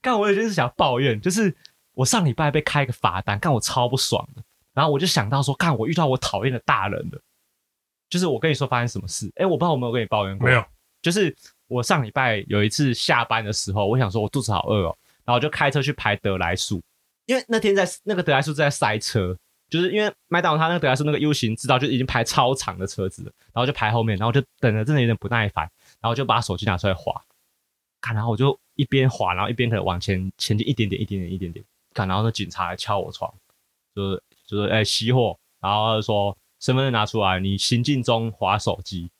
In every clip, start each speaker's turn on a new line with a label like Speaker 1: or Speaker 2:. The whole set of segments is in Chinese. Speaker 1: 刚我有就是想抱怨，就是我上礼拜被开个罚单，干我超不爽的。然后我就想到说，看我遇到我讨厌的大人了。就是我跟你说发生什么事，哎、我不知道我有没有跟你抱怨过，
Speaker 2: 没有。
Speaker 1: 就是我上礼拜有一次下班的时候，我想说我肚子好饿哦，然后我就开车去排德莱树，因为那天在那个德莱树在塞车，就是因为麦当劳它那个德莱树那个 U 型知道就已经排超长的车子了，然后就排后面，然后就等的真的有点不耐烦，然后就把手机拿出来划，看，然后我就一边划，然后一边可能往前前进一点点、一点点、一点点，看，然后那警察来敲我窗，就是就是哎、熄火，然后他就说身份证拿出来，你行进中划手机，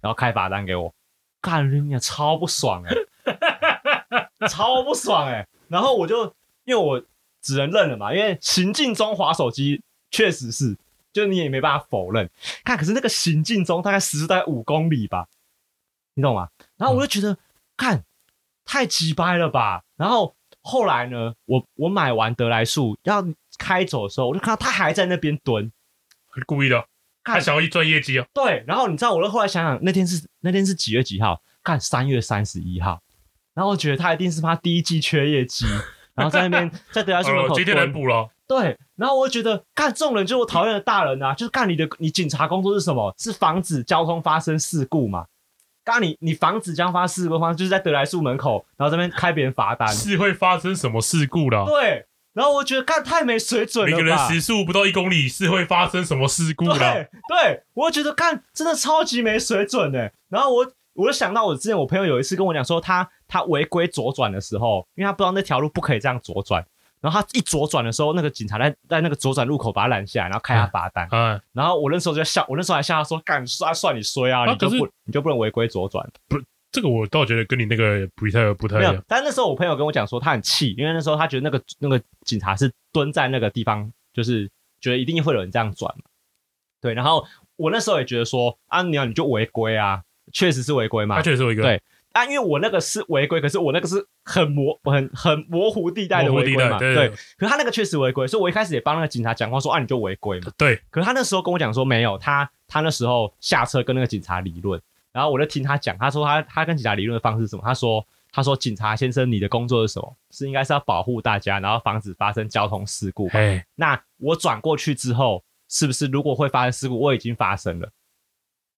Speaker 1: 然后开罚单给我，干你娘超不爽哎、超不爽哎、然后我就因为我只能认了嘛，因为行进中划手机确实是，就你也没办法否认。看，可是那个行进中大概时速大概五公里吧，你懂吗？然后我就觉得，看太鸡掰了吧。然后后来呢，我我买完德莱树要开走的时候，我就看到他还在那边蹲。
Speaker 2: 故意的哦，他
Speaker 1: 看
Speaker 2: 想要一赚业绩哦。
Speaker 1: 对，然后你知道，我后来想想，那天是那天是几月几号？看三月三十一号。然后我觉得他一定是他第一季缺业 绩，然后在那边在德莱树
Speaker 2: 好
Speaker 1: 门
Speaker 2: 了，
Speaker 1: 口
Speaker 2: 哦今天来
Speaker 1: 蹲。
Speaker 2: 补了。
Speaker 1: 对，然后我就觉得，干这种人就是我讨厌的大人啊，就是干你的，你警察工作是什么？是防止交通发生事故嘛？干你，你防止交通发生事故的方式就是在德莱树门口，然后这边开别人罚单。
Speaker 2: 是会发生什么事故啦？
Speaker 1: 对，然后我觉得干太没水准
Speaker 2: 每
Speaker 1: 了吧？
Speaker 2: 个人时速不到一公里是会发生什么事故啦？
Speaker 1: 对对，我觉得干真的超级没水准哎。然后我我就想到我之前我朋友有一次跟我讲说他他违规左转的时候，因为他不知道那条路不可以这样左转，然后他一左转的时候，那个警察在在那个左转路口把他拦下来，然后开他罚单。
Speaker 2: 哎，
Speaker 1: 然后我那时候就在笑，我那时候还笑他说：“干，算算你衰啊，
Speaker 2: 啊
Speaker 1: 你就
Speaker 2: 可是
Speaker 1: 不你就不能违规左转。
Speaker 2: 这个我倒觉得跟你那个不太不”太
Speaker 1: 没
Speaker 2: 一
Speaker 1: 有
Speaker 2: 样。，
Speaker 1: 但那时候我朋友跟我讲说他很气，因为那时候他觉得那个那个警察是蹲在那个地方，就是觉得一定会有人这样转嘛。对，然后我那时候也觉得说啊，你啊你就违规啊，确实是违规嘛
Speaker 2: 他。确实有一个
Speaker 1: 对啊，因为我那个是违规，可是我那个是很模很很模糊地带的
Speaker 2: 模糊
Speaker 1: 违
Speaker 2: 地
Speaker 1: 规
Speaker 2: 带
Speaker 1: 嘛。
Speaker 2: 对
Speaker 1: 对
Speaker 2: 对，
Speaker 1: 可是他那个确实违规，所以我一开始也帮那个警察讲话说啊，你就违规嘛。
Speaker 2: 对，
Speaker 1: 可是他那时候跟我讲说没有，他他那时候下车跟那个警察理论，然后我就听他讲，他说他他跟警察理论的方式是什么？他说他说警察先生，你的工作是什么？是应该是要保护大家，然后防止发生交通事 故吧。
Speaker 2: 哎，
Speaker 1: 那我转过去之后，是不是如果会发生事故，我已经发生了？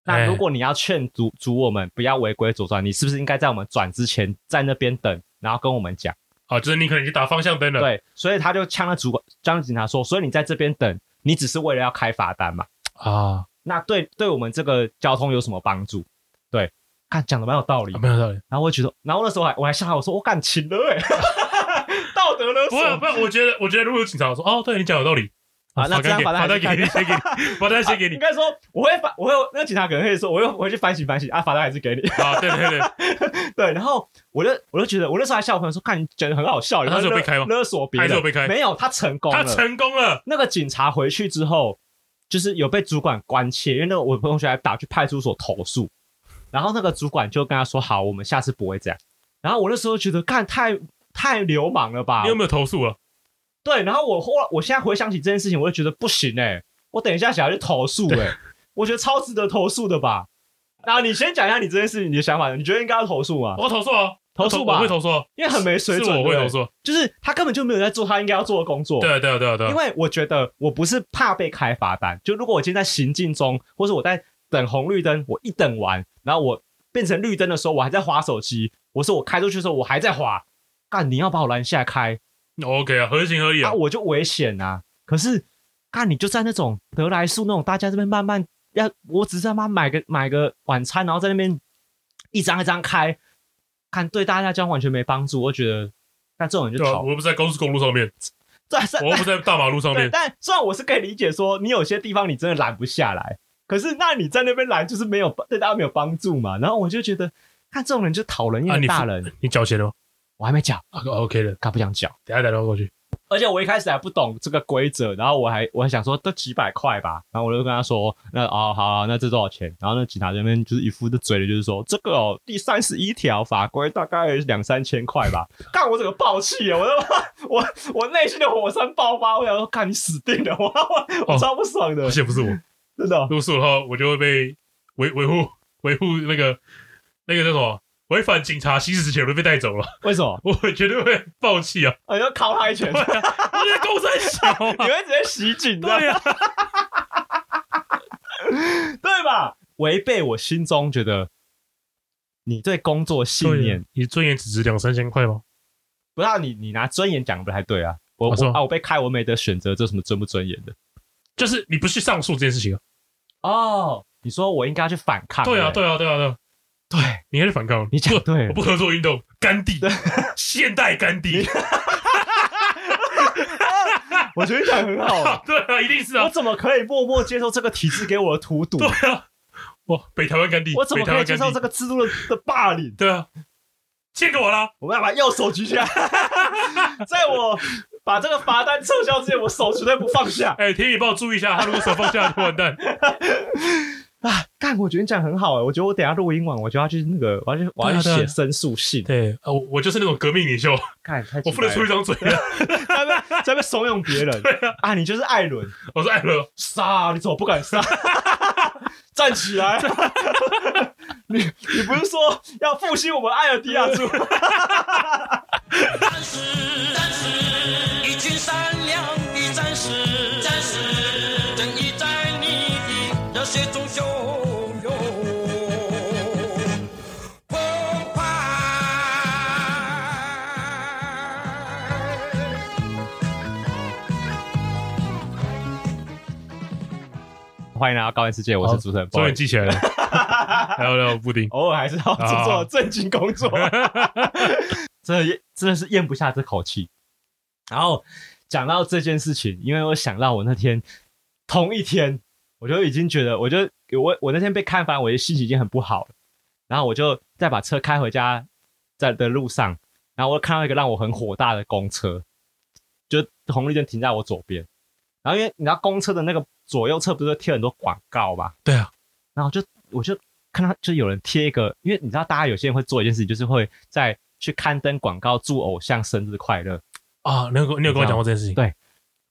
Speaker 1: 那
Speaker 2: 哎
Speaker 1: 如果你要劝阻阻我们不要违规左转，你是不是应该在我们转之前在那边等，然后跟我们讲？
Speaker 2: 好，啊就是你可能去打方向灯了。，
Speaker 1: 对，所以他就呛了主管，呛了警察说，所以你在这边等，你只是为了要开罚单嘛？
Speaker 2: 啊，
Speaker 1: 那对对我们这个交通有什么帮助？对，看讲的蛮有道理
Speaker 2: 啊。没 有道理。
Speaker 1: 然后我就觉得，然后那时候还我还笑他，我说我感情了哎、欸， 道德勒
Speaker 2: 不会，
Speaker 1: 索
Speaker 2: 不会，我觉得，我觉得如果有警察说，哦，对你讲有道理，
Speaker 1: 啊那
Speaker 2: 罚
Speaker 1: 这样
Speaker 2: 单给，
Speaker 1: 罚
Speaker 2: 罚
Speaker 1: 单
Speaker 2: 单给
Speaker 1: 还
Speaker 2: 你，
Speaker 1: 是
Speaker 2: 先 给你，罚单先给
Speaker 1: 应
Speaker 2: 你。
Speaker 1: 该说我会反，我会那个警察可能会说，我又回去反省反省啊，罚单还是给你。
Speaker 2: 啊，对对对，
Speaker 1: 对，然后我就我就觉得，我那时候还笑我朋友说，看你觉得很好笑，然
Speaker 2: 他
Speaker 1: 后
Speaker 2: 是有被开吗
Speaker 1: 勒索别
Speaker 2: 他
Speaker 1: 人
Speaker 2: 是有被开
Speaker 1: 没有，他成功
Speaker 2: 他
Speaker 1: 了。
Speaker 2: 成功了，
Speaker 1: 那个警察回去之后，就是有被主管关切，因为那个我同学还打去派出所投诉，然后那个主管就跟他说：“好，我们下次不会这样。”然后我那时候觉得，干太太流氓了吧
Speaker 2: 你？有没有投诉啊？
Speaker 1: 对，然后我后我现在回想起这件事情，我就觉得不行哎、我等一下想要去投诉哎、 我觉得超值得投诉的吧。那你先讲一下你这件事情你的想法，你觉得应该要投诉吗？
Speaker 2: 我投诉啊，
Speaker 1: 投诉吧
Speaker 2: 我会投诉啊，
Speaker 1: 因为很没水准，
Speaker 2: 是我会
Speaker 1: 对不
Speaker 2: 投
Speaker 1: 对，
Speaker 2: 诉啊。
Speaker 1: 就是他根本就没有在做他应该要做的工作。
Speaker 2: 对啊，对啊，对啊，对啊
Speaker 1: 因。为我觉得我不是怕被开罚单，就如果我今天在行进中，或者我在等红绿灯，我一等完，然后我变成绿灯的时候，我还在划手机，我说我开出去的时候我还在划，干你要把我拦下来开，
Speaker 2: OK 啊，合情合理
Speaker 1: 啊
Speaker 2: 啊。
Speaker 1: 我就危险啊！可是干你就在那种德来速那种大家这边慢慢要，我只是他妈买个买个晚餐，然后在那边一张一张开，看对大家这样完全没帮助，我觉得那这种人就
Speaker 2: 对啊，
Speaker 1: 讨 啊
Speaker 2: 我又不是在高速公路上面，
Speaker 1: 在在
Speaker 2: 我又不是在大马路上
Speaker 1: 对，
Speaker 2: 面，
Speaker 1: 但虽然我是可以理解说你有些地方你真的拦不下来，可是那你在那边拦就是没有对大家没有帮助嘛。然后我就觉得，看这种人就讨人厌
Speaker 2: 啊
Speaker 1: 的
Speaker 2: 你
Speaker 1: 大人，
Speaker 2: 你缴钱了吗？
Speaker 1: 我还没讲，
Speaker 2: 啊，OK 了，
Speaker 1: 他不想讲。
Speaker 2: 等一下打电话过去。
Speaker 1: 而且我一开始还不懂这个规则，然后我还我还想说都几百块吧，然后我就跟他说，那哦好啊那这多少钱？然后那警察这边就是一副的嘴脸，就是说这个哦第三十一条法规大概两三千块吧。干我整个爆气耶！我他妈 我我内心的火山爆发，我想说干你死定了！我
Speaker 2: 哦
Speaker 1: 我我超不爽的，
Speaker 2: 而且不是我，
Speaker 1: 真的哦、
Speaker 2: 如果是我的话，我就会被维维护维护那个那个叫什么违反警察行驶之前，我就被带走了，
Speaker 1: 为什么？
Speaker 2: 我绝对会爆气啊！
Speaker 1: 我就敲他一哦 拳，你
Speaker 2: 我在公山 小啊，
Speaker 1: 会直接袭警的，
Speaker 2: 对啊呀、
Speaker 1: 对吧？违背我心中觉得你对工作信念
Speaker 2: 对，你尊严只值两三千块吗？
Speaker 1: 不让你你拿尊严讲不太对啊！我
Speaker 2: 啊是
Speaker 1: 我
Speaker 2: 吗
Speaker 1: 啊，我被开，我没得选择，这什么尊不尊严的？
Speaker 2: 就是你不去上诉这件事情啊？
Speaker 1: 哦，你说我应该去反抗？
Speaker 2: 对啊，
Speaker 1: 不
Speaker 2: 对啊，对啊，对啊，
Speaker 1: 对，
Speaker 2: 你还是反抗？
Speaker 1: 你讲
Speaker 2: 不
Speaker 1: 对了
Speaker 2: 我不合作运动，甘地，现代甘地，。
Speaker 1: 我觉得讲很好啊
Speaker 2: 对啊，一定是
Speaker 1: 我
Speaker 2: 啊，
Speaker 1: 怎么可以默默接受这个体制给我的荼毒
Speaker 2: 对？啊，哇，北台湾甘地，
Speaker 1: 我怎么
Speaker 2: 北
Speaker 1: 可
Speaker 2: 台
Speaker 1: 以
Speaker 2: 湾
Speaker 1: 接
Speaker 2: 甘
Speaker 1: 受这
Speaker 2: 地？
Speaker 1: 个制度的的霸凌？
Speaker 2: 对啊，献给我啦！
Speaker 1: 我们要把右手举起来， 在我把这个罚单撤销之前，我手绝对不放下。
Speaker 2: 哎，田野豹注意一下，他如果手放下就完蛋。
Speaker 1: 啊，干！我觉得你讲很好哎，我觉得我等一下录音完，我就要去那个，我要去，我要去
Speaker 2: 对啊对
Speaker 1: 写
Speaker 2: 啊
Speaker 1: 申诉信。
Speaker 2: 对，呃，我我就是那种革命领袖，
Speaker 1: 干，太
Speaker 2: 我
Speaker 1: 鸡
Speaker 2: 不能
Speaker 1: 掰
Speaker 2: 出一
Speaker 1: 了
Speaker 2: 张嘴啊了。
Speaker 1: 在那边在那边怂恿别人啊，你就是艾伦，
Speaker 2: 我说艾伦，
Speaker 1: 杀！你怎么不敢杀？ 站起来！ 你你不是说要复兴我们艾尔迪亚族？
Speaker 3: 战士，战士，一群善良的战士，战士，正义在你的热血中汹涌澎湃。
Speaker 1: 欢迎来到高玩世界，我是主持人
Speaker 2: 终于
Speaker 1: boy，
Speaker 2: 记起来了。还有那个布丁，
Speaker 1: 偶尔还是要做做正经工作，啊 真的咽真的是咽不下这口气。然后讲到这件事情，因为我想到我那天同一天，我就已经觉得，我就我我那天被看翻，我的心情已经很不好了。然后我就再把车开回家，在的路上，然后我看到一个让我很火大的公车，就红绿灯停在我左边。然后因为你知道公车的那个左右侧不是会贴很多广告嘛？
Speaker 2: 对啊，
Speaker 1: 然后就我就看到就有人贴一个，因为你知道大家有些人会做一件事情，就是会在去刊登广告祝偶像生日快乐。
Speaker 2: 啊，你有你有跟我讲过这件事情？
Speaker 1: 对，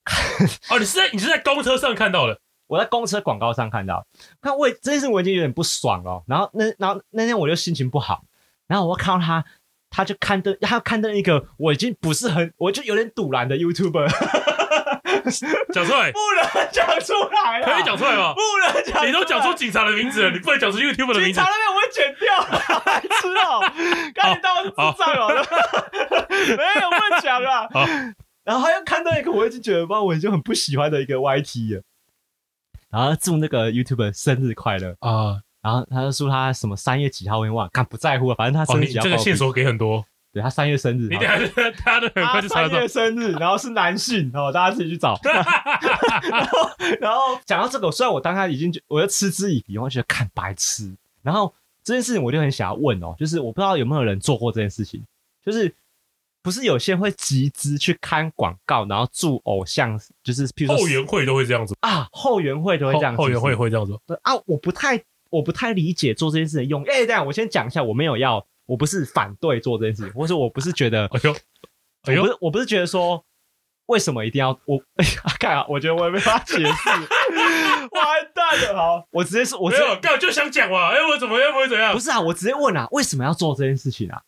Speaker 2: 哦，你是在你是在公车上看到的，
Speaker 1: 我在公车广告上看到，看我也这件事我已经有点不爽了。然后那然后那天我就心情不好，然后我看到他，他就刊登他刊登一个我已经不是很我就有点堵然的 YouTuber，
Speaker 2: 讲出来，
Speaker 1: 不能讲出来了，啊
Speaker 2: 可以讲出来吗
Speaker 1: 不？能讲出来，啊
Speaker 2: 你都讲出警察的名字了，你不能讲出 YouTube 的名
Speaker 1: 警
Speaker 2: 字
Speaker 1: 察。那边我会剪掉， 白痴哦、赶紧当我是智障哦、 没有不能讲啊
Speaker 2: 好。
Speaker 1: 然后他又看到一个我已经觉得吧，我已经很不喜欢的一个 YT 了，然后祝那个 YouTuber 生日快乐，
Speaker 2: 啊，
Speaker 1: 然后他就说他什么三月几号，我也忘了，干不在乎啊，反正他
Speaker 2: 哦，
Speaker 1: 生
Speaker 2: 你
Speaker 1: 日几号
Speaker 2: 这
Speaker 1: 报
Speaker 2: 个
Speaker 1: 名
Speaker 2: 线索给很多，
Speaker 1: 对他三月生日，
Speaker 2: 你
Speaker 1: 好
Speaker 2: 等下 他都很快
Speaker 1: 他
Speaker 2: 就查
Speaker 1: 三
Speaker 2: 得
Speaker 1: 月
Speaker 2: 到。
Speaker 1: 生日，然后是男性哦，大家自己去 找。然后，然后讲到这个，虽然我当下已经就我就嗤之以鼻，我就觉得看白痴。然后这件事情我就很想要问哦，就是我不知道有没有人做过这件事情，就是不是有些人会集资去看广告，然后祝偶像，就是譬如说
Speaker 2: 后援会都会这样子，
Speaker 1: 啊后援会都会这样
Speaker 2: 后
Speaker 1: 子，
Speaker 2: 后援会
Speaker 1: 是不
Speaker 2: 会这样子。
Speaker 1: 是对啊，我不太我不太理解做这件事的用意。哎，这样我先讲一下，我没有要，我不是反对做这件事情，或是我不是觉得
Speaker 2: 哎呦，哎
Speaker 1: 我不
Speaker 2: 呦，
Speaker 1: 是我不是觉得说为什么一定要 我看啊，我觉得我也没办法解 释，完蛋了，好，我直接是我
Speaker 2: 没
Speaker 1: 直
Speaker 2: 有，
Speaker 1: 接
Speaker 2: 干我就想讲嘛。哎，我怎么样不会怎样
Speaker 1: 不？是啊，我直接问啊，为什么要做这件事情啊？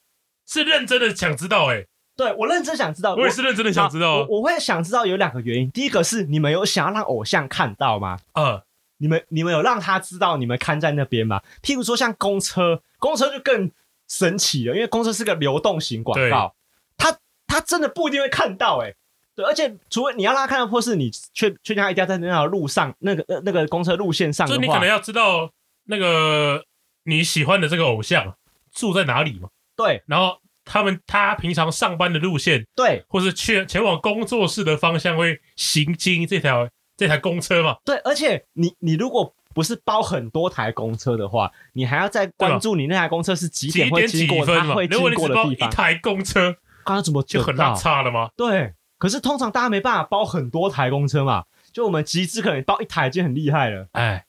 Speaker 2: 是认真的想知道，哎，
Speaker 1: 对我认真想知道，
Speaker 2: 我也是认真的想知道
Speaker 1: 我
Speaker 2: 啊。
Speaker 1: 我我会想知道有两个原因，第一个是你们有想要让偶像看到吗？
Speaker 2: 啊，
Speaker 1: 你们你们有让他知道你们看在那边吗？譬如说像公车，公车就更神奇了，因为公车是个流动型广告，他他真的不一定会看到哎、欸对，而且除非你要让他看到，或是你确确定他一定要在那条路上，那个呃那个公车路线上
Speaker 2: 就
Speaker 1: 的
Speaker 2: 是你可
Speaker 1: 话
Speaker 2: 能，要知道那个你喜欢的这个偶像住在哪里嘛，
Speaker 1: 对
Speaker 2: 然后他们他平常上班的路线，
Speaker 1: 对
Speaker 2: 或是去前往工作室的方向会行经这条这台公车嘛？
Speaker 1: 对，而且你你如果不是包很多台公车的话，你还要再关注你那台公车是几
Speaker 2: 几
Speaker 1: 会
Speaker 2: 点
Speaker 1: 经
Speaker 2: 几
Speaker 1: 过，
Speaker 2: 分
Speaker 1: 它
Speaker 2: 嘛
Speaker 1: 会？
Speaker 2: 如果
Speaker 1: 经
Speaker 2: 你
Speaker 1: 过
Speaker 2: 只
Speaker 1: 的
Speaker 2: 包
Speaker 1: 地
Speaker 2: 一
Speaker 1: 方。
Speaker 2: 台公车，
Speaker 1: 刚刚怎么
Speaker 2: 就
Speaker 1: 得
Speaker 2: 很
Speaker 1: 到
Speaker 2: 拉差了吗？
Speaker 1: 对，可是通常大家没办法包很多台公车嘛，就我们集资可能包一台已经很厉害了，
Speaker 2: 哎，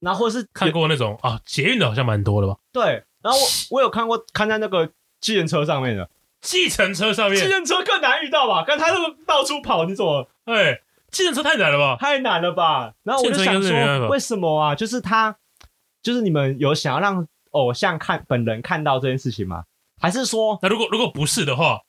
Speaker 1: 然后或是
Speaker 2: 看过那种啊，捷运的好像蛮多的吧？
Speaker 1: 对，然后我我有看过看在那个计程车上面的，
Speaker 2: 计程车上
Speaker 1: 计
Speaker 2: 面，
Speaker 1: 程车更难遇到吧？看他那个到处跑，你怎么
Speaker 2: 哎，计程车太难了吧？
Speaker 1: 太难了吧？然后我就想
Speaker 2: 计程车应该是没办
Speaker 1: 说，
Speaker 2: 法
Speaker 1: 为什么啊？就是他，就是你们有想要让偶像看本人看到这件事情吗？还是说
Speaker 2: 那如果如果不是的话，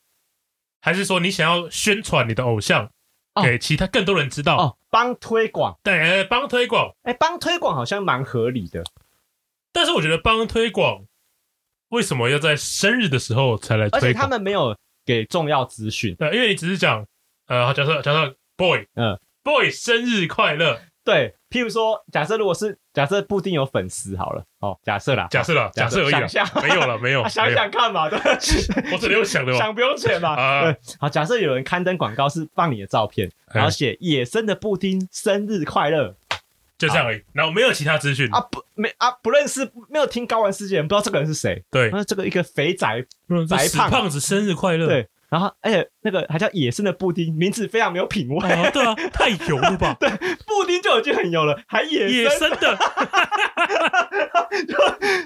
Speaker 2: 还是说你想要宣传你的偶像
Speaker 1: 哦
Speaker 2: 给其他更多人知道，
Speaker 1: 哦帮推广？
Speaker 2: 对，呃帮推广？
Speaker 1: 哎，帮推广好像蛮合理的。
Speaker 2: 但是我觉得帮推广为什么要在生日的时候才来
Speaker 1: 而且
Speaker 2: 推
Speaker 1: 他
Speaker 2: 广？
Speaker 1: 们没有给重要资讯。
Speaker 2: 对，因为你只是讲，呃，假设假设 boy，
Speaker 1: 嗯
Speaker 2: ，boy 生日快乐，
Speaker 1: 对，譬如说，假设如果是假设布丁有粉丝好了，哦，假设啦，
Speaker 2: 假设啦，
Speaker 1: 假
Speaker 2: 假
Speaker 1: 设
Speaker 2: 设而已啦
Speaker 1: 想象，
Speaker 2: 没有了，没有，
Speaker 1: 啊 想
Speaker 2: 没有
Speaker 1: 想看嘛，对，
Speaker 2: 我只能用想的嘛。
Speaker 1: 想不用钱嘛。
Speaker 2: 啊
Speaker 1: 对，好，假设有人刊登广告是放你的照片，然后
Speaker 2: 哎
Speaker 1: 写“野生的布丁生日快乐
Speaker 2: 就这样而已，然后没有其他资讯”。
Speaker 1: 啊，不没啊，不认识，没有听高玩世界，不知道这个人是谁。
Speaker 2: 对，
Speaker 1: 那这个一个肥宅，白
Speaker 2: 这死
Speaker 1: 胖
Speaker 2: 胖子生日快乐。
Speaker 1: 对，然后而且那个还叫野生的布丁，名字非常没有品味，
Speaker 2: 啊，对啊，太油了吧？
Speaker 1: 布丁就已经很油了，还野
Speaker 2: 野
Speaker 1: 生
Speaker 2: 生的，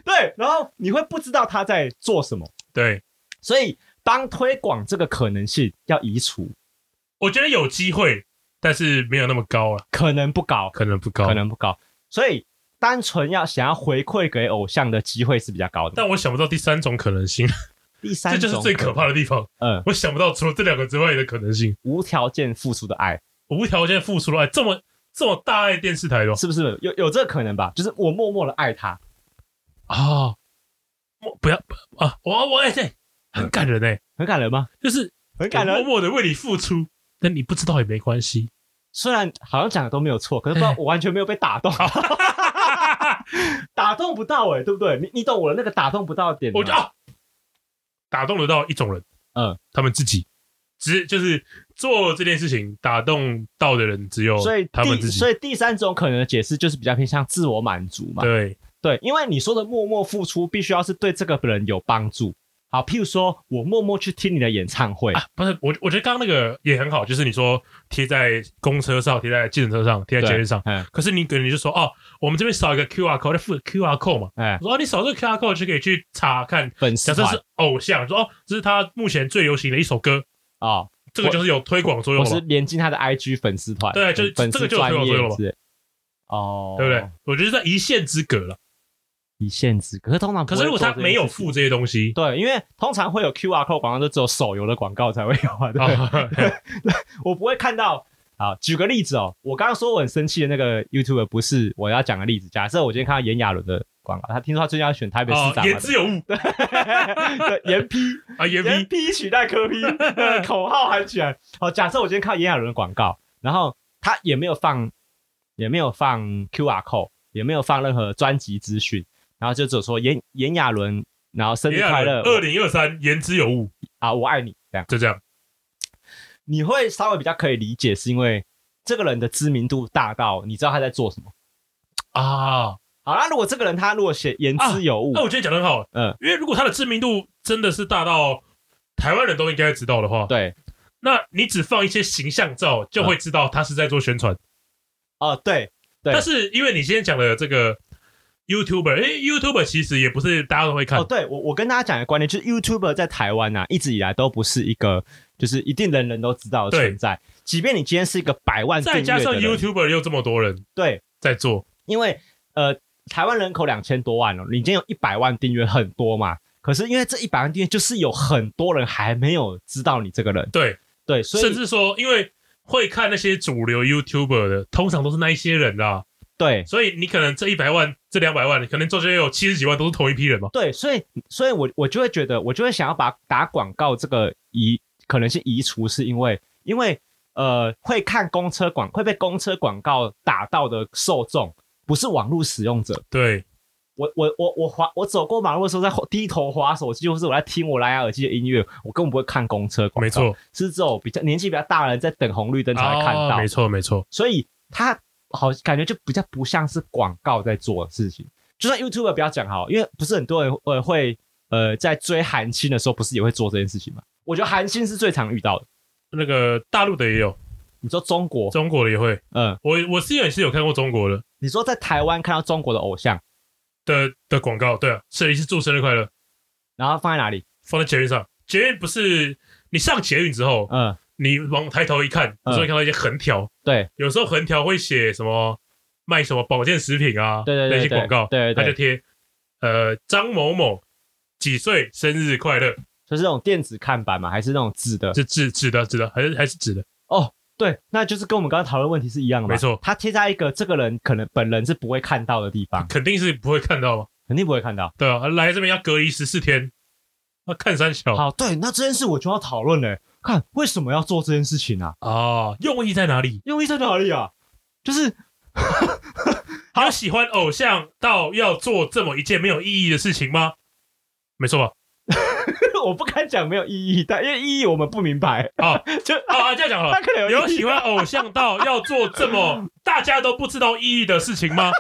Speaker 1: 对，然后你会不知道他在做什么。
Speaker 2: 对，
Speaker 1: 所以帮推广这个可能性要移除，
Speaker 2: 我觉得有机会，但是没有那么高了，
Speaker 1: 可能不高，
Speaker 2: 可能不高，
Speaker 1: 可。能不高。所以单纯要想要回馈给偶像的机会是比较高的。
Speaker 2: 但我想不到第三种可能性，
Speaker 1: 第三
Speaker 2: 这
Speaker 1: 种，
Speaker 2: 就是最可怕的地方。
Speaker 1: 嗯，
Speaker 2: 我想不到除了这两个之外的可能性。
Speaker 1: 无条件付出的爱，
Speaker 2: 无条件付出了爱，这么这么大爱电视台的
Speaker 1: 是不是有有这个可能吧？就是我默默的爱他，
Speaker 2: 啊！我不要啊！我我哎对，很感人哎、
Speaker 1: 很感人吗？
Speaker 2: 就是
Speaker 1: 很感
Speaker 2: 我
Speaker 1: 人。
Speaker 2: 默默的为你付出，但你不知道也没关系。
Speaker 1: 虽然好像讲的都没有错，可是不知 道
Speaker 2: 哎
Speaker 1: 我完全没有被打动，打动不到哎、对不对？你你懂我的那个打动不到的点吗，
Speaker 2: 我就啊，打动得到一种人，
Speaker 1: 嗯，
Speaker 2: 他们自己，只就是做这件事情打动到的人只有
Speaker 1: 所以
Speaker 2: 他们
Speaker 1: 第
Speaker 2: 自己
Speaker 1: 所。以第三种可能的解释就是比较偏向自我满足嘛。
Speaker 2: 对，
Speaker 1: 对，因为你说的默默付出，必须要是对这个人有帮助。好，譬如说我默默去听你的演唱会，
Speaker 2: 啊，不是我，我觉得刚刚那个也很好，就是你说贴在公车上、贴在计程车上、贴在
Speaker 1: 对
Speaker 2: 捷运上，
Speaker 1: 嗯，
Speaker 2: 可是你可能就说哦，我们这边扫一个 QR code，就附 QR code 嘛。
Speaker 1: 哎
Speaker 2: 我，说、哦、你扫这个 QR code 就可以去查看，
Speaker 1: 粉丝
Speaker 2: 假设
Speaker 1: 团
Speaker 2: 是偶像，说哦，这是他目前最流行的一首歌，
Speaker 1: 啊，
Speaker 2: 这个就是有推广作
Speaker 1: 我
Speaker 2: 用
Speaker 1: 是
Speaker 2: 了嘛，
Speaker 1: 连进他的 IG 粉丝团，嗯
Speaker 2: 对就是
Speaker 1: 粉
Speaker 2: 这
Speaker 1: 丝
Speaker 2: 个就有
Speaker 1: 专
Speaker 2: 推广作
Speaker 1: 业
Speaker 2: 用了嘛
Speaker 1: 之类哦，
Speaker 2: 对不对？？我觉得在一线之隔了。
Speaker 1: 一线之隔，可是通常不
Speaker 2: 可
Speaker 1: 会
Speaker 2: 是如果他
Speaker 1: 做这件
Speaker 2: 没有
Speaker 1: 事情
Speaker 2: 附这些东西，
Speaker 1: 对，因为通常会有 QR code 广告，就只有手游的广告才会有啊。对，
Speaker 2: 啊，
Speaker 1: 我不会看到。好，举个例子哦，我刚刚说我很生气的那个 YouTube 不是我要讲的例子。假设我今天看到炎亚纶的广告，他听说他最近要选台北市
Speaker 2: 哦
Speaker 1: 长嘛，
Speaker 2: 言之有物
Speaker 1: 对，对严批
Speaker 2: 啊，言
Speaker 1: 严
Speaker 2: 批
Speaker 1: 批取代科 批，呃口号喊起来。好，假设我今天看到炎亚纶的广告，然后他也没有放，也没有放 QR code，也没有放任何专辑资讯，然后就只有说炎炎亚纶，然后生日
Speaker 2: 言
Speaker 1: 快乐，
Speaker 2: 二零二三言之有物，
Speaker 1: 啊，我爱你这样，
Speaker 2: 就这样。
Speaker 1: 你会稍微比较可以理解，是因为这个人的知名度大到你知道他在做什么。
Speaker 2: 啊，
Speaker 1: 好啦，那如果这个人他如果写言之有物，
Speaker 2: 那我觉得讲的很好，
Speaker 1: 嗯
Speaker 2: 嗯，因为如果他的知名度真的是大到台湾人都应该知道的话，
Speaker 1: 对，
Speaker 2: 那你只放一些形象照就会知道他是在做宣传。
Speaker 1: 哦、对，对
Speaker 2: 但是因为你今天讲的这个 YouTuber，哎，YouTuber 其实也不是大家都会看
Speaker 1: 哦，，对我我跟大家讲一个观念，就是 YouTuber 在台湾呐、啊，一直以来都不是一个就是一定人人都知道的
Speaker 2: 对
Speaker 1: 存在。即便你今天是一个百万订
Speaker 2: 再
Speaker 1: 阅
Speaker 2: 加上
Speaker 1: 的人，
Speaker 2: YouTuber 又这么多人
Speaker 1: 对，
Speaker 2: 在做，
Speaker 1: 因为呃，台湾人口两千多万哦，你今天有一百万订阅很多嘛。可是因为这一百万订阅，就是有很多人还没有知道你这个人，
Speaker 2: 对，
Speaker 1: 对，所
Speaker 2: 甚
Speaker 1: 以
Speaker 2: 至说因为会看那些主流 YouTuber 的，通常都是那一些人啦，
Speaker 1: 对
Speaker 2: 所以你可能这一百万、这两百万，可能中间有七十几万都是同一批人嘛。
Speaker 1: 对，所以所以我我就会觉得，我就会想要把打广告这个移可能性移除，是因为因为呃会看公车广会被公车广告打到的受众不是网络使用者。
Speaker 2: 对，
Speaker 1: 我我我我滑我走过马路的时候在滑低头滑手机，或是我在听我蓝牙耳机的音乐，我根本不会看公车广告。
Speaker 2: 没，错，
Speaker 1: 是只有比较年纪比较大的人在等红绿灯才会看
Speaker 2: 啊
Speaker 1: 到。
Speaker 2: 没错，没错，
Speaker 1: 所以它好感觉就比较不像是广告在做的事情。就算 YouTube 不要讲好，因为不是很多人呃会呃在追韩青的时候，不是也会做这件事情吗？我觉得韩星是最常遇到的。
Speaker 2: 那个大陆的也有，
Speaker 1: 你说中国，
Speaker 2: 中国的也会。
Speaker 1: 嗯，
Speaker 2: 我我之前是有看过中国的
Speaker 1: 你说在台湾看到中国的偶像，
Speaker 2: 的的广告，对啊，这里是祝生日快乐，
Speaker 1: 然后放在哪里？
Speaker 2: 放在捷运上。捷运不是你上捷运之后，
Speaker 1: 嗯，
Speaker 2: 你往抬头一看，
Speaker 1: 嗯
Speaker 2: 你就会看到一些横条，
Speaker 1: 对，
Speaker 2: 有时候横条会写什么卖什么保健食品啊，
Speaker 1: 对对对
Speaker 2: 那些
Speaker 1: 对
Speaker 2: 广告，
Speaker 1: 对对
Speaker 2: 他
Speaker 1: 对
Speaker 2: 就贴呃张某某几岁生日快乐，
Speaker 1: 就是那种电子看板嘛，还是那种纸的？
Speaker 2: 是纸纸的纸的还是还是纸的，
Speaker 1: 哦，对，那就是跟我们刚刚讨论问题是一样的嘛。
Speaker 2: 没错
Speaker 1: 他贴在一个这个人可能本人是不会看到的地方，
Speaker 2: 肯定是不会看到嘛，
Speaker 1: 肯定不会看到。
Speaker 2: 对啊，来这边要隔离十四天，要看三小
Speaker 1: 好，对，那这件事我就要讨论嘞。看为什么要做这件事情啊？
Speaker 2: 啊，用意在哪里？
Speaker 1: 用意在哪里啊？就是
Speaker 2: 好喜欢偶像到要做这么一件没有意义的事情吗？没错吧？
Speaker 1: 我不敢讲没有意义，但因为意义我们不明白，
Speaker 2: 啊
Speaker 1: 就
Speaker 2: 啊啊！这样讲好
Speaker 1: 他
Speaker 2: 了，
Speaker 1: 可能有
Speaker 2: 有
Speaker 1: 意义
Speaker 2: 喜欢偶像到要做这么大家都不知道意义的事情 吗？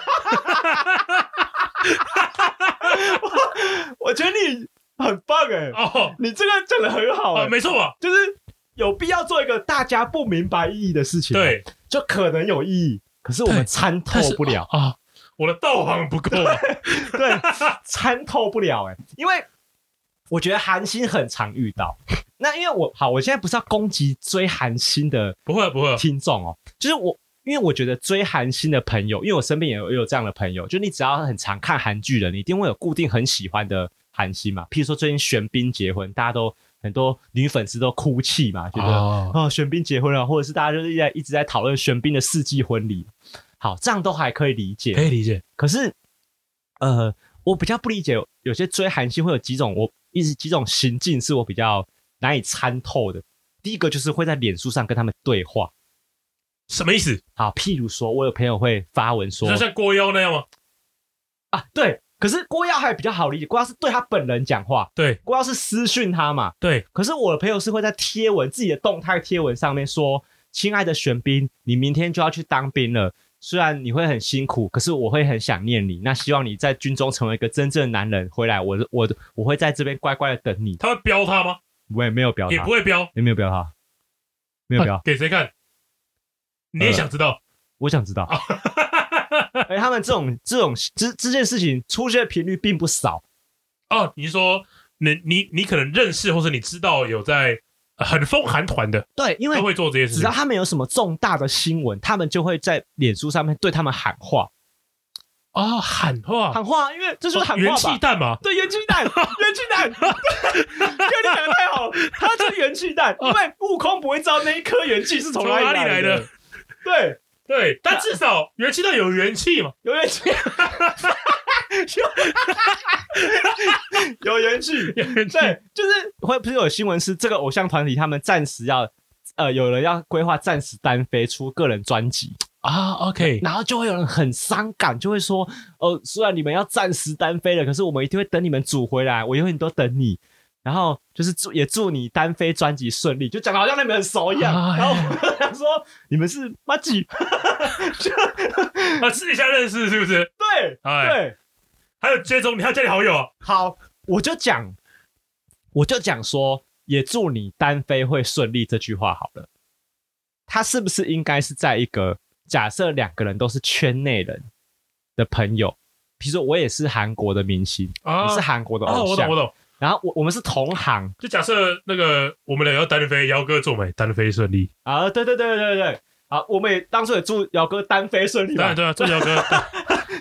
Speaker 1: 我觉得你很棒哎、
Speaker 2: 哦，
Speaker 1: 你这个讲的很好哎、
Speaker 2: 啊，没错吧？
Speaker 1: 就是有必要做一个大家不明白意义的事情，，啊
Speaker 2: 对，
Speaker 1: 就可能有意义，可是我们
Speaker 2: 对
Speaker 1: 参透不了，
Speaker 2: 啊，我的道行 不够啊，
Speaker 1: 对，
Speaker 2: 哦
Speaker 1: 参透不了哎、因为我觉得韩星很常遇到。那因为我好，我现在不是要攻击追韩星的
Speaker 2: 不会不 会，
Speaker 1: 听众哦，就是我，因为我觉得追韩星的朋友，因为我身边也有也有这样的朋友，就你只要很常看韩剧的，你一定会有固定很喜欢的韩星嘛。譬如说最近玄彬结婚，大家都很多女粉丝都哭泣嘛，觉得
Speaker 2: 哦
Speaker 1: 哦玄彬结婚了，或者是大家就是一直在一直在讨论玄彬的世纪婚礼。好，这样都还可以理解，
Speaker 2: 以理解。
Speaker 1: 可是，呃，我比较不理解，有些追韩星会有几种，我一直几种行径是我比较难以参透的。第一个就是会在脸书上跟他们对话，
Speaker 2: 什么意思？
Speaker 1: 好，譬如说，我有朋友会发文说
Speaker 2: 就像郭妖那样吗？
Speaker 1: 啊，对，可是郭耀还比较好理解，郭耀是对他本人讲话，
Speaker 2: 对
Speaker 1: 郭耀是私讯他嘛，
Speaker 2: 对，
Speaker 1: 可是我的朋友是会在贴文自己的动态贴文上面说：“亲爱的玄彬，你明天就要去当兵了，虽然你会很辛苦，可是我会很想念你。那希望你在军中成为一个真正的男人，回来我我我会在这边乖乖的等你。
Speaker 2: 他会标他吗？”
Speaker 1: 我也没有表
Speaker 2: 也
Speaker 1: 达
Speaker 2: 不，会标，
Speaker 1: 也没有表达，没有表达
Speaker 2: 啊。给谁看？你也想知道？
Speaker 1: 我想知道， 而且他们这种这种这这件事情出现的频率并不少。呃
Speaker 2: 哦，你是说你你你可能认识，或者你知道有在呃很疯韩团的，
Speaker 1: 对，因为
Speaker 2: 都会做这些事
Speaker 1: 只
Speaker 2: 情
Speaker 1: 要。他们有什么重大的新闻，他们就会在脸书上面对他们喊话，
Speaker 2: 哦，喊话，
Speaker 1: 喊话，因为这就是喊话吧。
Speaker 2: 元气弹嘛，
Speaker 1: 对，元气 弹，元气弹， 跟你讲的太好了，它就是元气弹，因为悟空不会知道那一颗元气是从
Speaker 2: 哦从哪
Speaker 1: 里
Speaker 2: 里来
Speaker 1: 的。
Speaker 2: 的
Speaker 1: 对，
Speaker 2: 对，但至少元气弹有元气嘛，
Speaker 1: 有元气，有元气，
Speaker 2: 有元气
Speaker 1: 对，就是会不是有新闻是这个偶像团体他们暂时要。呃，有人要规划暂时单飞出个人专辑，
Speaker 2: 啊，OK，
Speaker 1: 然后就会有人很伤感，就会说，哦，虽然你们要暂时单飞了，可是我们一定会等你们组回来，我永远都等你。然后就是祝也祝你单飞专辑顺利，就讲的好像你们很熟一样。
Speaker 2: 哎
Speaker 1: 然后我想说，你们是马吉，
Speaker 2: 啊，私底下认识是不是？
Speaker 1: 对
Speaker 2: 哎，
Speaker 1: 对，
Speaker 2: 还有追踪你，还有加你好友啊，
Speaker 1: 好，我就讲，我就讲说，也祝你单飞会顺利这句话好了。他是不是应该是在一个假设两个人都是圈内人的朋友？比如说我也是韩国的明星，
Speaker 2: 啊
Speaker 1: 你是韩国的
Speaker 2: 哦，
Speaker 1: 偶
Speaker 2: 我懂
Speaker 1: 像，
Speaker 2: 我懂，
Speaker 1: 然后我我们是同行
Speaker 2: 就假设那个我们俩要单飞，姚哥做美，单飞顺利，
Speaker 1: 啊，对对对对对对。啊，我们也当初也祝姚哥单飞顺利
Speaker 2: 当
Speaker 1: 嘛
Speaker 2: 然，对啊，做 姚哥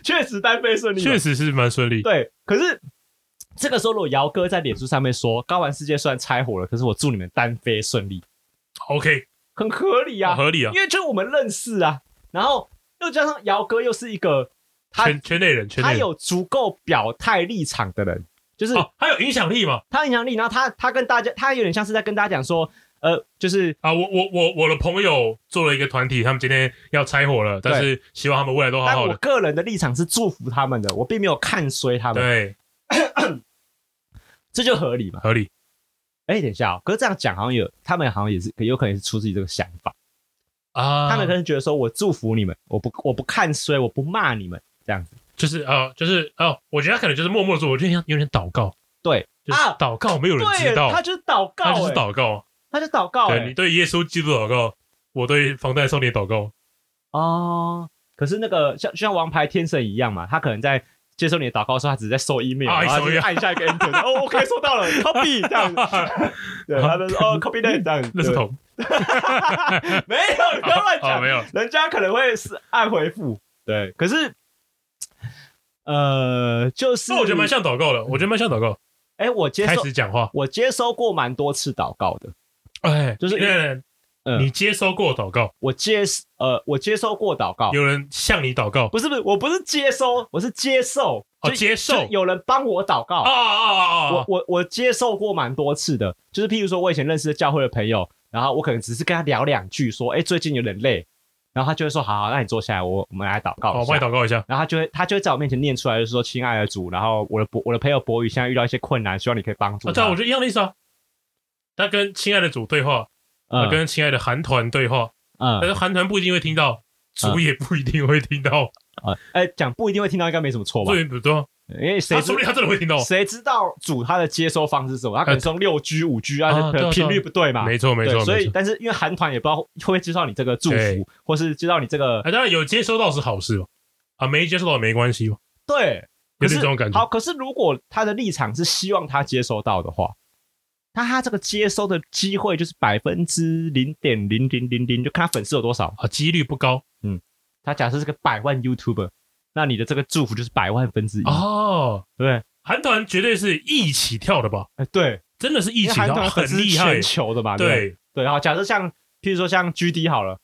Speaker 1: 确实单飞顺利嘛，
Speaker 2: 确实是蛮顺利，
Speaker 1: 对，可是这个时候，如果姚哥在脸书上面说“高玩世界虽然拆伙了，可是我祝你们单飞顺利
Speaker 2: ，OK，”，
Speaker 1: 很合理啊，
Speaker 2: 合理啊，
Speaker 1: 因为就是我们认识啊，然后又加上姚哥又是一个他
Speaker 2: 圈圈内人，圈
Speaker 1: 他
Speaker 2: 内人，
Speaker 1: 有足够表态立场的人，就是
Speaker 2: 哦，还有影响力嘛，
Speaker 1: 他影响力，然后他他跟大家，他有点像是在跟大家讲说，呃，就是
Speaker 2: 啊，我我我我的朋友做了一个团体，他们今天要拆伙了，但是希望他们未来都好
Speaker 1: 但
Speaker 2: 哦好
Speaker 1: 我
Speaker 2: 的。
Speaker 1: 个人的立场是祝福他们的，我并没有看衰他们，
Speaker 2: 对，
Speaker 1: 这就合理嘛。
Speaker 2: 合理。
Speaker 1: 哎，等一下、哦，可是这样讲好像有，他们好像也是有可能是出自己这个想法。
Speaker 2: 啊
Speaker 1: 他们可能觉得说我祝福你们，我不我不看衰，我不骂你们这样子。
Speaker 2: 就是啊、呃就是哦、我觉得他可能就是默默做，我觉得像有点祷告。
Speaker 1: 对，
Speaker 2: 就是
Speaker 1: 啊
Speaker 2: 祷告没有人知
Speaker 1: 对，
Speaker 2: 道，
Speaker 1: 他就是祷告、
Speaker 2: 他就是
Speaker 1: 哎，
Speaker 2: 祷告。
Speaker 1: 他就是祷告、
Speaker 2: 对
Speaker 1: 哎
Speaker 2: 你对耶稣基督祷告，我对防弹少年祷告。
Speaker 1: 哦，可是那个像就像王牌天神一样嘛，他可能在接受你的祷告的时候，他只是在收 email，、
Speaker 2: 啊
Speaker 1: 然后他
Speaker 2: 收
Speaker 1: 就
Speaker 2: email
Speaker 1: 按下一个 enter，哦，OK，收到了，copy 这样子， 对，他就说哦，copy that 这样子，
Speaker 2: 那是
Speaker 1: 对
Speaker 2: 头
Speaker 1: 没有，不要乱
Speaker 2: 哦，
Speaker 1: 讲，
Speaker 2: 没有，
Speaker 1: 人家可能会是按回复，对，可是呃，就是
Speaker 2: 那我觉得蛮，像祷告的，我觉得蛮像祷告。
Speaker 1: 哎，我接
Speaker 2: 开
Speaker 1: 收
Speaker 2: 始讲话，
Speaker 1: 我接收过蛮多次祷告的，
Speaker 2: 哎，
Speaker 1: 就是
Speaker 2: 你看
Speaker 1: 嗯
Speaker 2: 你接收过祷告，
Speaker 1: 我接呃我接收过祷告，
Speaker 2: 有人向你祷告，
Speaker 1: 不是不是，我不是接收，我是接受，
Speaker 2: 哦
Speaker 1: 就
Speaker 2: 接受
Speaker 1: 就有人帮我祷告
Speaker 2: 啊啊啊啊
Speaker 1: 我
Speaker 2: 啊！
Speaker 1: 我我接受过蛮多次的，就是譬如说我以前认识的教会的朋友，然后我可能只是跟他聊两句，说，哎、最近有点累，然后他就会说，好啊好，那你坐下来，我我们来祷告
Speaker 2: 好，
Speaker 1: 一
Speaker 2: 我帮
Speaker 1: 下。
Speaker 2: 你祷告一下。
Speaker 1: 然后他就会他就会在我面前念出来，就是说，亲爱的主，然后我的博我的朋友博宇现在遇到一些困难，希望你可以帮助
Speaker 2: 啊，
Speaker 1: 他。
Speaker 2: 对啊，我觉得一样的意思啊。他跟亲爱的主对话，他
Speaker 1: 嗯
Speaker 2: 跟亲爱的韩团对话，但
Speaker 1: 嗯
Speaker 2: 是韩团不一定会听到，主
Speaker 1: 嗯
Speaker 2: 也不一定会听到，
Speaker 1: 嗯，哎、讲不一定会听到，应该没什么错吧
Speaker 2: 所？以不对啊，
Speaker 1: 因为谁
Speaker 2: 他
Speaker 1: 知
Speaker 2: 说不定他真的会听到。
Speaker 1: 谁知道主他的接收方式是什么？他可能从六 G 五 G
Speaker 2: 啊
Speaker 1: 啊，可
Speaker 2: 对啊
Speaker 1: 能频率不对嘛。
Speaker 2: 没错，没
Speaker 1: 对，
Speaker 2: 错，
Speaker 1: 所
Speaker 2: 没
Speaker 1: 以
Speaker 2: 错。
Speaker 1: 但是因为韩团也不知道会不会接受你这个祝
Speaker 2: 对
Speaker 1: 福，或是接受你这个
Speaker 2: 啊，当然有接收到是好事哦，啊，没接收到也没关系哦。
Speaker 1: 对，可
Speaker 2: 有
Speaker 1: 是
Speaker 2: 点这种感觉
Speaker 1: 好，可是如果他的立场是希望他接收到的话，那他这个接收的机会就是百分之零点零零零零，就看他粉丝有多少。
Speaker 2: 啊，几率不高
Speaker 1: 他假设是个百万 YouTuber，那你的这个祝福就是百万分之一，
Speaker 2: 哦。
Speaker 1: 对不对？
Speaker 2: 韩团绝对是一起跳的吧？
Speaker 1: 哎，对，
Speaker 2: 真的是一
Speaker 1: 因
Speaker 2: 起
Speaker 1: 为韩
Speaker 2: 跳，
Speaker 1: 团
Speaker 2: 很
Speaker 1: 粉丝是
Speaker 2: 厉害
Speaker 1: 全。球的嘛，对不对
Speaker 2: 对，
Speaker 1: 对。好，假设像譬如说像 GD 好了，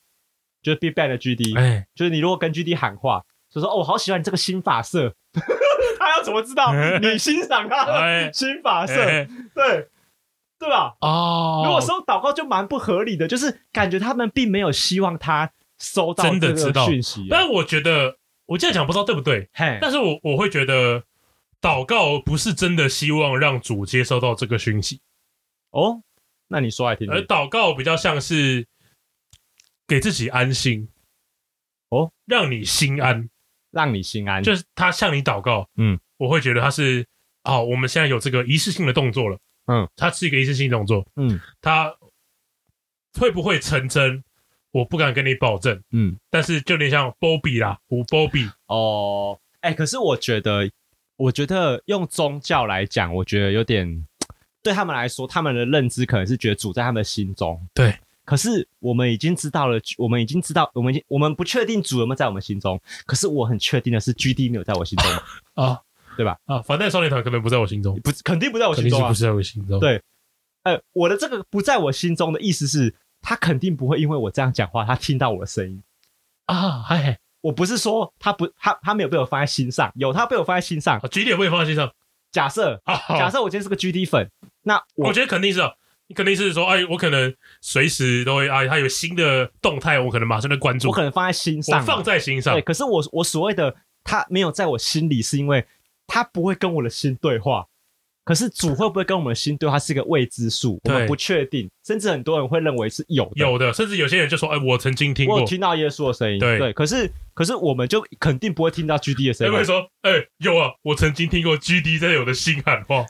Speaker 1: 就是 Big Bang 的 GD，、
Speaker 2: 哎，
Speaker 1: 就是你如果跟 GD 喊话，就说哦，我好喜欢你这个新发色， 他要怎么知道你欣赏他
Speaker 2: 哎
Speaker 1: 的新发色？
Speaker 2: 哎
Speaker 1: 对，对吧？
Speaker 2: 哦，
Speaker 1: 如果收祷告就蛮不合理的，就是感觉他们并没有希望他收到
Speaker 2: 真的
Speaker 1: 这
Speaker 2: 知道
Speaker 1: 个讯息。啊
Speaker 2: 但我觉得我这样讲不知道对不对，
Speaker 1: 嘿，
Speaker 2: 但是我我会觉得祷告不是真的希望让主接收到这个讯息，
Speaker 1: 哦，那你说来听
Speaker 2: 而
Speaker 1: 听。
Speaker 2: 祷告比较像是给自己安心，
Speaker 1: 哦，
Speaker 2: 让你心安，
Speaker 1: 让你心安。
Speaker 2: 就是他向你祷告，
Speaker 1: 嗯，
Speaker 2: 我会觉得他是哦，我们现在有这个仪式性的动作了，
Speaker 1: 嗯，
Speaker 2: 它是一个仪式性的动作，
Speaker 1: 嗯
Speaker 2: 它会不会成真，我不敢跟你保证。
Speaker 1: 嗯，
Speaker 2: 但是就有点像 Bobby 啦，五 Bobby
Speaker 1: 哦，哎、可是我觉得，我觉得用宗教来讲，我觉得有点对他们来说，他们的认知可能是觉得主在他们的心中。
Speaker 2: 对。
Speaker 1: 可是我们已经知道了，我们已经知道，我们已经我们不确定主有没有在我们心中。可是我很确定的是，GD 没有在我 心中，
Speaker 2: 啊，
Speaker 1: 对吧？
Speaker 2: 啊，反弹少年团可能不在我心中，
Speaker 1: 不肯定不在我
Speaker 2: 肯
Speaker 1: 心
Speaker 2: 定
Speaker 1: 中
Speaker 2: 是
Speaker 1: 啊
Speaker 2: 不。在我心中。
Speaker 1: 对呃，我的这个不在我心中的意思是，他肯定不会因为我这样讲话，他听到我的声音。
Speaker 2: 啊，嗨，
Speaker 1: 我不是说他不，他他没有被我放在心上，有他被我放在心上。
Speaker 2: 啊几点我也放在心上
Speaker 1: 假设
Speaker 2: 啊。
Speaker 1: 假设我今天是个 GD 粉，那
Speaker 2: 我
Speaker 1: 我
Speaker 2: 觉得肯定是啊，你肯定是说，哎，我可能随时都会啊，他有新的动态，我可能马上就关注，
Speaker 1: 我可能放在心上
Speaker 2: 我
Speaker 1: 嘛，
Speaker 2: 放在心上
Speaker 1: 对。。可是我我所谓的他没有在我心里，是因为他不会跟我的心对话。可是主会不会跟我们的心对话是一个未知数，我
Speaker 2: 对
Speaker 1: 们不确定，甚至很多人会认为是有的。
Speaker 2: 有的，甚至有些人就说，哎，我曾经听
Speaker 1: 我
Speaker 2: 过
Speaker 1: 有，听到耶稣的声音，
Speaker 2: 对
Speaker 1: 可是可是我们就肯定不会听到 GD 的声
Speaker 2: 哎，
Speaker 1: 音嘛
Speaker 2: 会。说，哎，有啊，我曾经听过 GD 在我的心喊话，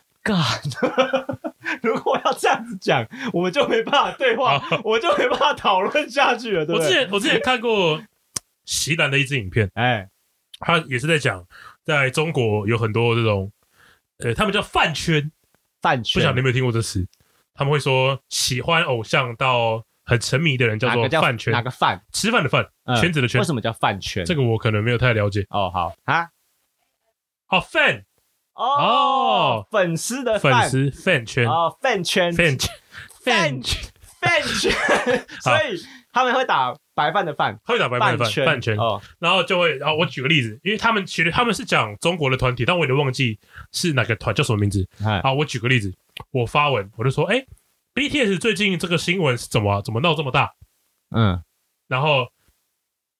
Speaker 1: God，如果要这样子讲，我们就没办法对话，我就没办法讨论下去了，对
Speaker 2: 我
Speaker 1: 不
Speaker 2: 之
Speaker 1: 对？
Speaker 2: 前我之前看过席兰的一支影片，
Speaker 1: 哎，
Speaker 2: 他也是在讲，在中国有很多这种，呃，他们叫饭圈，
Speaker 1: 饭
Speaker 2: 不
Speaker 1: 圈
Speaker 2: 晓得你有没有听过这词？他们会说喜欢偶像到很沉迷的人叫
Speaker 1: 哪
Speaker 2: 做
Speaker 1: 个叫
Speaker 2: 饭圈
Speaker 1: 哪，个饭？
Speaker 2: 吃饭的饭，
Speaker 1: 嗯
Speaker 2: 圈子的圈
Speaker 1: 为。什么叫饭圈？
Speaker 2: 这个我可能没有太了解。
Speaker 1: 哦，好啊，
Speaker 2: 哦，fan 哦
Speaker 1: 哦，粉丝的
Speaker 2: 粉
Speaker 1: 饭
Speaker 2: 丝 fan 圈
Speaker 1: 哦，饭圈
Speaker 2: fan 圈
Speaker 1: 饭饭 圈，所以他们会打白饭的饭。
Speaker 2: 会打白饭的饭
Speaker 1: 圈，
Speaker 2: 饭圈，
Speaker 1: 哦，
Speaker 2: 然后就会，然后我举个例子，因为他们其实他们是讲中国的团体，但我有点忘记是哪个团叫什么名字。
Speaker 1: 哎
Speaker 2: 啊，我举个例子，我发文我就说，哎，BTS 最近这个新闻是怎么啊怎么闹这么大？
Speaker 1: 嗯，
Speaker 2: 然后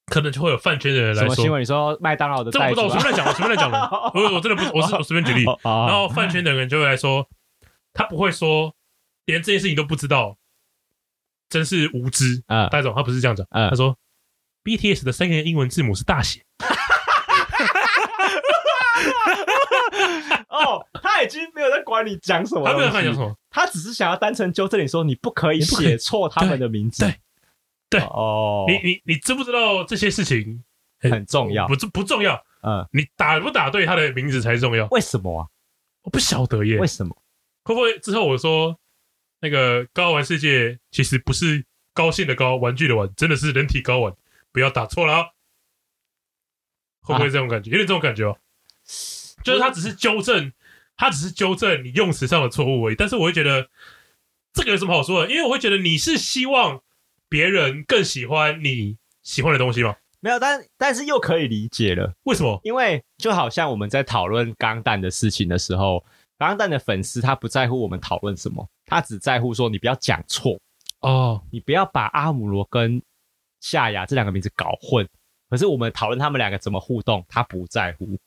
Speaker 2: 可能就会有饭圈的人
Speaker 1: 什
Speaker 2: 来
Speaker 1: 么新
Speaker 2: 说，
Speaker 1: 闻？你说麦当劳的
Speaker 2: 这我
Speaker 1: 袋
Speaker 2: 不
Speaker 1: 子
Speaker 2: 知道，我随
Speaker 1: 吗？
Speaker 2: 便乱讲，我随便乱讲 的，我我真的不，我是我随便举例。
Speaker 1: 哦哦
Speaker 2: 然 后饭圈的人就会来说，他不会说连这件事情都不知道，真是无知。
Speaker 1: 嗯
Speaker 2: 戴总他不是这样讲，
Speaker 1: 嗯
Speaker 2: 他说 BTS 的三个英文字母是大写，
Speaker 1: 哦，他已经没有在管你讲什么，
Speaker 2: 他没有看讲什，么，
Speaker 1: 他只是想要单纯纠正你说你不可以
Speaker 2: 你不可以
Speaker 1: 写错他们的名字。
Speaker 2: 对对对
Speaker 1: 哦，
Speaker 2: 你你你知不知道这些事情
Speaker 1: 很重要
Speaker 2: 不不重要，
Speaker 1: 嗯，
Speaker 2: 你打不打对他的名字才重要。
Speaker 1: 为什么啊？
Speaker 2: 我不晓得耶
Speaker 1: 为，什么？
Speaker 2: 会不会之后我说那个高玩世界其实不是高兴的高，玩具的玩，真的是人体睾丸，不要打错了啊。会不会这种感觉？有点这种感觉哦，就是他只是纠正，他只是纠正你用词上的错误而已。但是我会觉得这个有什么好说的？因为我会觉得你是希望别人更喜欢你喜欢的东西吗？
Speaker 1: 没有，但但是又可以理解了，
Speaker 2: 为什么？
Speaker 1: 因为就好像我们在讨论钢弹的事情的时候，钢弹的粉丝他不在乎我们讨论什么，他只在乎说你不要讲错，
Speaker 2: 哦，
Speaker 1: 你不要把阿姆罗跟夏雅这两个名字搞混。可是我们讨论他们两个怎么互动，他不在乎，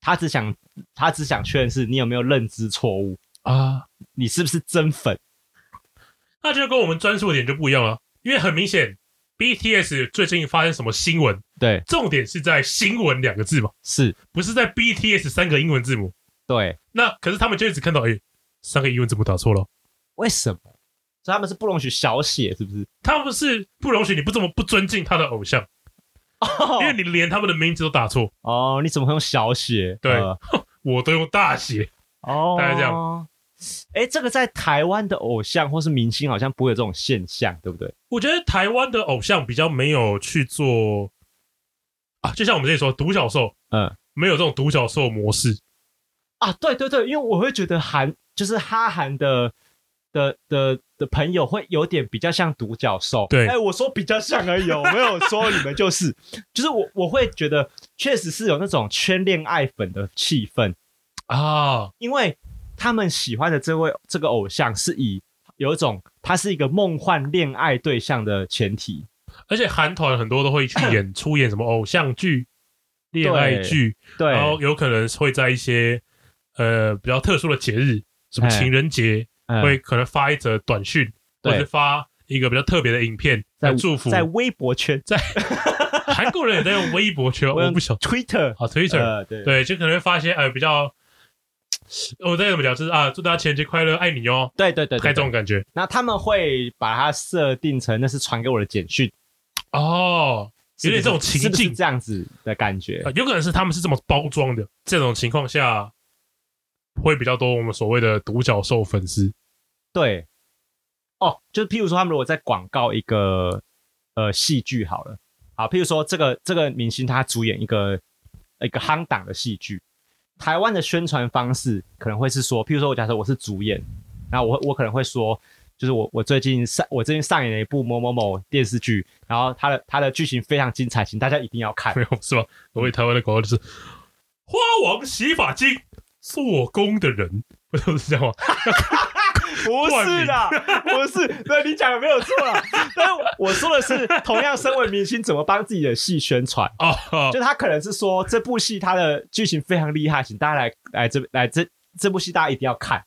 Speaker 1: 他只想他只想确认是你有没有认知错误啊，你是不是真粉？
Speaker 2: 那就跟我们专注的点就不一样了，因为很明显，BTS 最近发生什么新闻，
Speaker 1: 对，
Speaker 2: 重点是在“新闻”两个字嘛，
Speaker 1: 是，
Speaker 2: 不是在 BTS 三个英文字母。
Speaker 1: 对，
Speaker 2: 那可是他们就一直看到，哎、三个英文字母打错了。
Speaker 1: 为什么？所以他们是不容许小写，是不是？
Speaker 2: 他们是不容许你不这么不尊敬他的偶像，因为你连他们的名字都打错，
Speaker 1: 哦，你怎么会用小写？
Speaker 2: 对
Speaker 1: 呃
Speaker 2: 我都用大写。
Speaker 1: 哦，
Speaker 2: 大概这
Speaker 1: 样。哎，这个在台湾的偶像或是明星好像不会有这种现象，对不对？
Speaker 2: 我觉得台湾的偶像比较没有去做啊，就像我们这里说独角兽，
Speaker 1: 嗯，
Speaker 2: 没有这种独角兽模式。
Speaker 1: 啊，对对对，因为我会觉得韩就是哈韩的的的的朋友会有点比较像独角兽。
Speaker 2: 对
Speaker 1: 哎，我说比较像而已哦，我没有说你们就是， 就是我我会觉得确实是有那种圈恋爱粉的气氛，
Speaker 2: 啊，
Speaker 1: 因为他们喜欢的这位这个偶像是以有一种他是一个梦幻恋爱对象的前提，
Speaker 2: 而且韩团很多都会去演出演什么偶像剧、恋爱剧，
Speaker 1: 对，
Speaker 2: 然后有可能会在一些呃比较特殊的节日，什么
Speaker 1: 哎
Speaker 2: 情人节，
Speaker 1: 嗯
Speaker 2: 会可能发一则短讯，
Speaker 1: 对
Speaker 2: 或者发一个比较特别的影片
Speaker 1: 在
Speaker 2: 来祝福。
Speaker 1: 在微博圈，在
Speaker 2: 韩国人也在用微博 圈，哦我不晓得
Speaker 1: Twitter，
Speaker 2: 啊，Twitter，
Speaker 1: 呃，对，
Speaker 2: 对，就可能会发一些呃比较，我再怎么讲，就是啊，祝大家情人节快乐，爱你哟，
Speaker 1: 对对对
Speaker 2: 开
Speaker 1: 对
Speaker 2: 这种感觉
Speaker 1: 那他们会把它设定成那是传给我的简讯，
Speaker 2: 哦，有点这种情
Speaker 1: 是不是
Speaker 2: 境
Speaker 1: 这样子的感觉
Speaker 2: 呃。有可能是他们是这么包装的。这种情况下，会比较多我们所谓的独角兽粉丝。
Speaker 1: 对，哦，就是譬如说，他们如果在广告一个呃戏剧好了，好，譬如说这个这个明星他主演一个一个夯档的戏剧，台湾的宣传方式可能会是说，譬如说我假设我是主演，然后我我可能会说。就是我，我最近上我最近上演了一部某某某电视剧，然后它的它的剧情非常精彩，请大家一定要 看
Speaker 2: 没。有是吧？我为台湾的广告就是花王洗发精，做工的人，不就是这样 吗？
Speaker 1: 不是啦，不是，对你讲的没有错啦。 但是我说的是，同样身为明星，怎么帮自己的戏宣传？
Speaker 2: 啊、
Speaker 1: 就他可能是说这部戏它的剧情非常厉害，请大家来来这来这这部戏大家一定要看。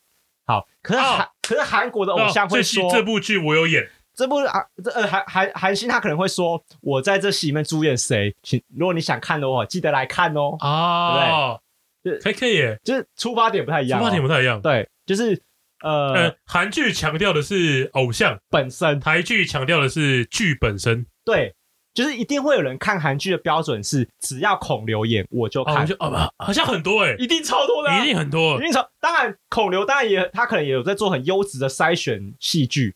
Speaker 1: 好，可是韩、
Speaker 2: 哦
Speaker 1: 可是韩国的偶像会
Speaker 2: 这戏
Speaker 1: 说，
Speaker 2: 这部剧我有演，
Speaker 1: 这部啊这呃韩韩韩星他可能会说，我在这戏里面主演谁，请如果你想看的话，记得来看哦。
Speaker 2: 啊，
Speaker 1: 对
Speaker 2: 可以可以耶，
Speaker 1: 就是出发点不太一
Speaker 2: 出
Speaker 1: 样、
Speaker 2: 发点
Speaker 1: 不
Speaker 2: 不太一样。
Speaker 1: 对，就是呃、
Speaker 2: 呃，韩剧强调的是偶像，
Speaker 1: 本身
Speaker 2: 台剧强调的是剧本身。
Speaker 1: 对，就是一定会有人看韩剧的标准是，只要孔刘演我就
Speaker 2: 哦，
Speaker 1: 看，
Speaker 2: 我就哦，好像很多哎，
Speaker 1: 一定超多的啊、
Speaker 2: 一定很多
Speaker 1: 一。定超。当然，孔刘当然也他可能也有在做很优质的筛选戏剧，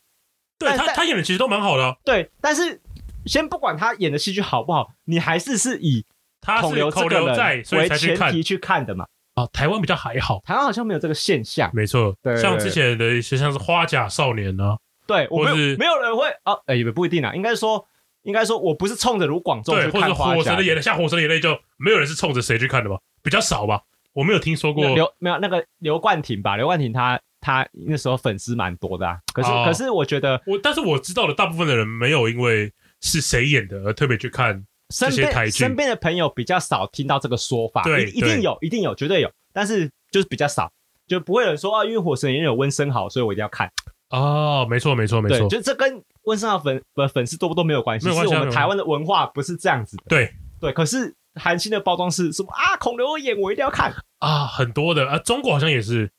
Speaker 2: 对
Speaker 1: 但
Speaker 2: 他，
Speaker 1: 但
Speaker 2: 他演的其实都蛮好的啊。
Speaker 1: 对，但是。先不管他演的戏剧好不好，你还是是以
Speaker 2: 他
Speaker 1: 孔
Speaker 2: 是
Speaker 1: 刘这
Speaker 2: 口
Speaker 1: 个
Speaker 2: 留
Speaker 1: 人
Speaker 2: 在，所以
Speaker 1: 为
Speaker 2: 才去
Speaker 1: 前
Speaker 2: 看
Speaker 1: 提去看的嘛。
Speaker 2: 啊。台湾比较还好，
Speaker 1: 台湾好像没有这个现象，
Speaker 2: 没错
Speaker 1: 对。
Speaker 2: 像之前的一些像是花甲少年啊，
Speaker 1: 对，我没
Speaker 2: 或是
Speaker 1: 有没有人会哦，哎、也不一定啊，应该说应该说我不是冲着卢广仲
Speaker 2: 对，
Speaker 1: 去
Speaker 2: 或者
Speaker 1: 看
Speaker 2: 是
Speaker 1: 花
Speaker 2: 火
Speaker 1: 甲
Speaker 2: 神的眼泪，像火神的眼泪就没有人是冲着谁去看的吧？比较少吧，我没有听说过。
Speaker 1: 刘没有那个刘冠廷吧？刘冠廷他他那时候粉丝蛮多的、啊，可是、
Speaker 2: 哦
Speaker 1: 可是我觉得
Speaker 2: 我但是我知道的，大部分的人没有因为是谁演的而特别去看
Speaker 1: 身
Speaker 2: 这些台
Speaker 1: 边
Speaker 2: 剧
Speaker 1: 身边的朋友比较少听到这个说法，
Speaker 2: 对
Speaker 1: 一一定
Speaker 2: 对
Speaker 1: 有，一定有，绝对有，但是就是比较少，就不会有人说啊，因为《火神爷有温升豪，所以我一定要看。
Speaker 2: 哦，没错，没错，没
Speaker 1: 对，
Speaker 2: 错，
Speaker 1: 就这跟呃温升豪粉粉粉丝多不多没有关系，
Speaker 2: 没有关系
Speaker 1: 是
Speaker 2: 啊
Speaker 1: 我
Speaker 2: 没有关
Speaker 1: 们
Speaker 2: 系
Speaker 1: 台湾的文化不是这样子的。
Speaker 2: 对
Speaker 1: 对，可是韩星的包装是什么啊？孔刘演我一定要看。
Speaker 2: 啊，很多的啊，中国好像也是，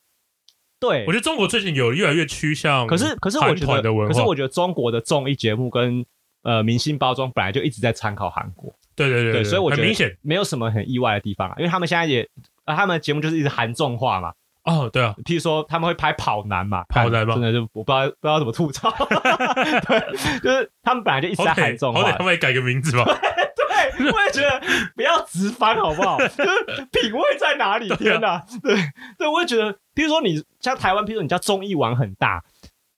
Speaker 1: 对，
Speaker 2: 我觉得中国最近有越来越趋向，
Speaker 1: 可是可是我觉得，
Speaker 2: 的文
Speaker 1: 可
Speaker 2: 化，
Speaker 1: 是我觉得中国的综艺节目跟呃明星包装本来就一直在参考韩国，
Speaker 2: 对对对，
Speaker 1: 所以我觉
Speaker 2: 很
Speaker 1: 得
Speaker 2: 明显
Speaker 1: 没有什么很意外的地方啊，因为他们现在也。呃他们的节目就是一直韩重化嘛，
Speaker 2: 哦，对啊，
Speaker 1: 譬如说他们会拍跑男嘛，
Speaker 2: 跑男
Speaker 1: 干
Speaker 2: 嘛
Speaker 1: 真的就我不知道不知道怎么吐槽， 对，就是他们本来就一直
Speaker 2: 好
Speaker 1: 在
Speaker 2: 歹
Speaker 1: 韩重
Speaker 2: 好
Speaker 1: 化
Speaker 2: 歹，他们也改个名字吧，
Speaker 1: 对，我也觉得不要直翻好不好？ 就是品味在哪里？天 哪、对对，我也觉得，比如说你像台湾，比如说你叫综艺玩很大，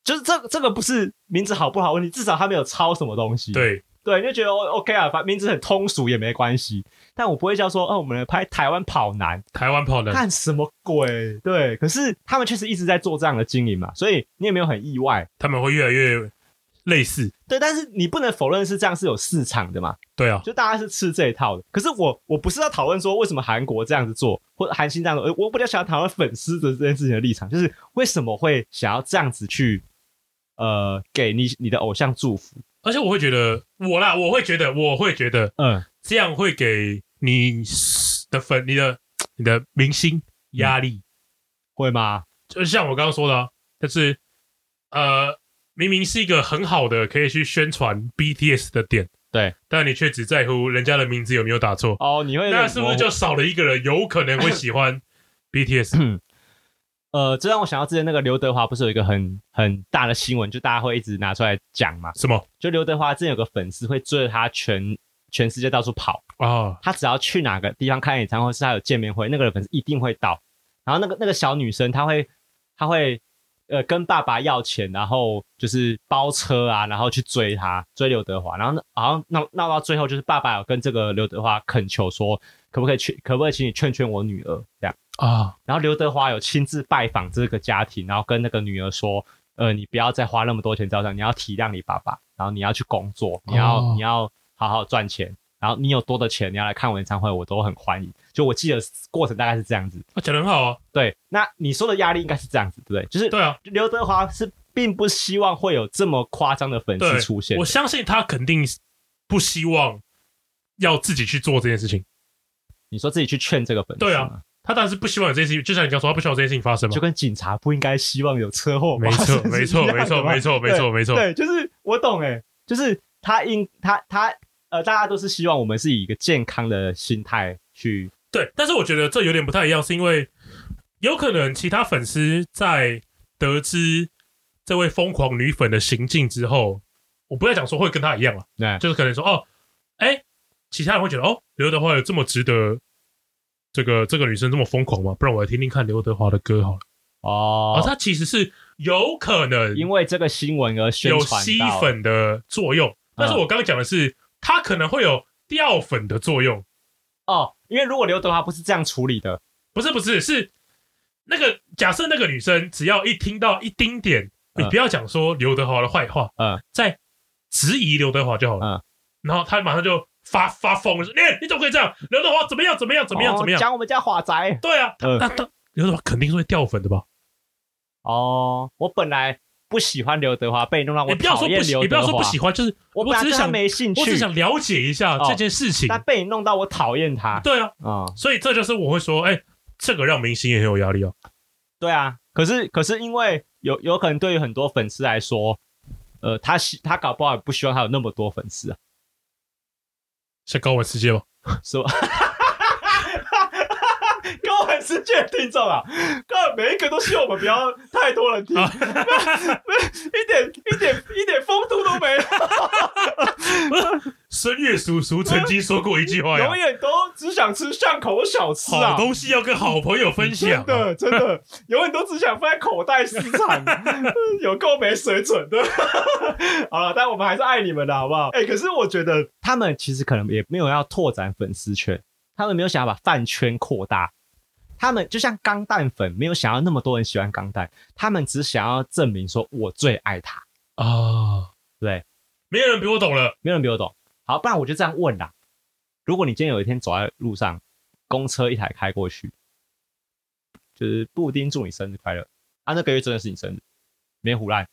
Speaker 1: 就是这这个不是名字好不好问题，至少他没有抄什么东西。
Speaker 2: 对，
Speaker 1: 对，你就觉得哦 OK 啊，反名字很通俗也没关系。但我不会叫说哦，我们来拍台湾跑男，
Speaker 2: 台湾跑男，
Speaker 1: 干什么鬼？对，可是他们确实一直在做这样的经营嘛，所以你也没有很意外。
Speaker 2: 他们会越来越类似，
Speaker 1: 对，但是你不能否认是这样是有市场的嘛。
Speaker 2: 对啊，
Speaker 1: 就大家是吃这一套的。可是我我不是要讨论说为什么韩国这样子做，或者韩星这样做，呃我比较想要讨论粉丝的这件事情的立场，就是为什么会想要这样子去呃给你你的偶像祝福？
Speaker 2: 而且我会觉得我啦，我会觉得我会觉得
Speaker 1: 嗯，
Speaker 2: 这样会给你的粉、你的、你的明星压
Speaker 1: 嗯
Speaker 2: 力，
Speaker 1: 会吗？
Speaker 2: 就像我刚刚说的、啊，就是呃，明明是一个很好的可以去宣传 BTS 的点，
Speaker 1: 对，
Speaker 2: 但你却只在乎人家的名字有没有打错，
Speaker 1: 哦，你会有点
Speaker 2: 那是不是
Speaker 1: 模
Speaker 2: 就
Speaker 1: 糊
Speaker 2: 少了一个人有可能会喜欢 BTS？
Speaker 1: 嗯呃，这让我想到之前那个刘德华不是有一个很很大的新闻，就大家会一直拿出来讲嘛？
Speaker 2: 什么
Speaker 1: 就刘德华之前有个粉丝会追着他全全世界到处跑。
Speaker 2: 啊？
Speaker 1: 他只要去哪个地方看演唱会，是他有见面会，那个人粉丝一定会到。然后那个那个小女生，她会她会呃跟爸爸要钱，然后就是包车啊，然后去追他，追刘德华。然后那好像闹闹到最后，就是爸爸有跟这个刘德华恳求说，可不可以去，可不可以请你劝劝我女儿这样。
Speaker 2: 啊，
Speaker 1: 然后刘德华有亲自拜访这个家庭，然后跟那个女儿说：“呃，你不要再花那么多钱照相，你要体谅你爸爸，然后你要去工作，你要、
Speaker 2: 哦
Speaker 1: 你要好好赚钱，然后你有多的钱，你要来看我演唱会，我都很欢迎。”就我记得过程大概是这样子。
Speaker 2: 他讲的很好啊，
Speaker 1: 对，那你说的压力应该是这样子，对不对？就是
Speaker 2: 对啊，
Speaker 1: 刘德华是并不希望会有这么夸张的粉
Speaker 2: 对
Speaker 1: 丝出现
Speaker 2: 我，相信他肯定不希望要自己去做这件事情，
Speaker 1: 你说自己去劝这个粉丝，
Speaker 2: 对啊，他当然是不希望有这件事情，就像你刚说，他不希望有这件事情发生嘛
Speaker 1: 就。跟警察不应该希望有车祸
Speaker 2: 没
Speaker 1: 发
Speaker 2: 错
Speaker 1: 生，是
Speaker 2: 没
Speaker 1: 一
Speaker 2: 错，
Speaker 1: 样
Speaker 2: 没
Speaker 1: 的
Speaker 2: 错，
Speaker 1: 吧
Speaker 2: 没错，没
Speaker 1: 对
Speaker 2: 错，没错。
Speaker 1: 对，就是我懂哎、就是他应他他呃，大家都是希望我们是以一个健康的心态去，
Speaker 2: 对，但是我觉得这有点不太一样，是因为有可能其他粉丝在得知这位疯狂女粉的行径之后，我不要讲说会跟她一样了，
Speaker 1: 对
Speaker 2: 就是可能说哦，哎，其他人会觉得哦，刘德华有这么值得这个这个女生这么疯狂吗？不然我来听听看刘德华的歌好了。
Speaker 1: 哦
Speaker 2: 而，他其实是有可能
Speaker 1: 因为这个新闻而宣
Speaker 2: 有
Speaker 1: 传
Speaker 2: 吸
Speaker 1: 到，
Speaker 2: 粉的作用，但是我刚刚讲的是他可能会有掉粉的作用。
Speaker 1: 哦，因为如果刘德华不是这样处理的，
Speaker 2: 不是不是，是那个假设那个女生只要一听到一丁点，
Speaker 1: 嗯
Speaker 2: 你不要讲说刘德华的坏话，
Speaker 1: 嗯，
Speaker 2: 在质疑刘德华就好了，
Speaker 1: 嗯
Speaker 2: 然后他马上就发发疯了，说你哎你怎么可以这样？刘德华怎么样怎么样怎么样
Speaker 1: 哦
Speaker 2: 怎么样？
Speaker 1: 讲我们家华仔
Speaker 2: 对啊，
Speaker 1: 嗯
Speaker 2: 那那刘德华肯定是会掉粉的吧？
Speaker 1: 哦，我本来不喜欢刘德华，被弄到我
Speaker 2: 欸你不要
Speaker 1: 讨
Speaker 2: 说不
Speaker 1: 厌
Speaker 2: 喜，
Speaker 1: 刘
Speaker 2: 你不要
Speaker 1: 德
Speaker 2: 说不
Speaker 1: 华，
Speaker 2: 喜欢，就是
Speaker 1: 我
Speaker 2: 我
Speaker 1: 本来
Speaker 2: 只
Speaker 1: 对
Speaker 2: 是
Speaker 1: 他
Speaker 2: 想
Speaker 1: 没兴
Speaker 2: 我只
Speaker 1: 趣
Speaker 2: 是，想了解一下
Speaker 1: 哦
Speaker 2: 这件事情。
Speaker 1: 但被你弄到我讨厌他，
Speaker 2: 对啊，
Speaker 1: 嗯，
Speaker 2: 所以这就是我会说，哎、这个让明星也很有压力哦。
Speaker 1: 对啊，可是可是因为有有可能对于很多粉丝来说，呃，他希他搞不好也不希望他有那么多粉丝啊，
Speaker 2: 像高玩世界吧，
Speaker 1: 是吧？ 跟我很世界的听众啊，看每一个都希望我们不要太多人听，
Speaker 2: 啊
Speaker 1: 没有一点一点一点风度都没有，
Speaker 2: 孙悦叔叔曾经说过一句话呀
Speaker 1: 永，远都只想吃巷口小吃啊
Speaker 2: 啊好，东西要跟好朋友分享、
Speaker 1: 真
Speaker 2: 啊。
Speaker 1: 的真的，永远都只想放在口袋私 藏，有够没水准的。 好了，但我们还是爱你们的好不好？哎、可是我觉得他们其实可能也没有要拓展粉丝圈，他们没有想要把饭圈扩大。他们就像钢蛋粉，没有想要那么多人喜欢钢蛋，他们只想要证明说我最爱他，
Speaker 2: 啊，
Speaker 1: 对，
Speaker 2: 没有人比我懂了。
Speaker 1: 没有人比我懂。好，不然我就这样问啦：如果你今天有一天走在路上，公车一台开过去，就是布丁祝你生日快乐啊，那个月真的是你生日，没胡乱，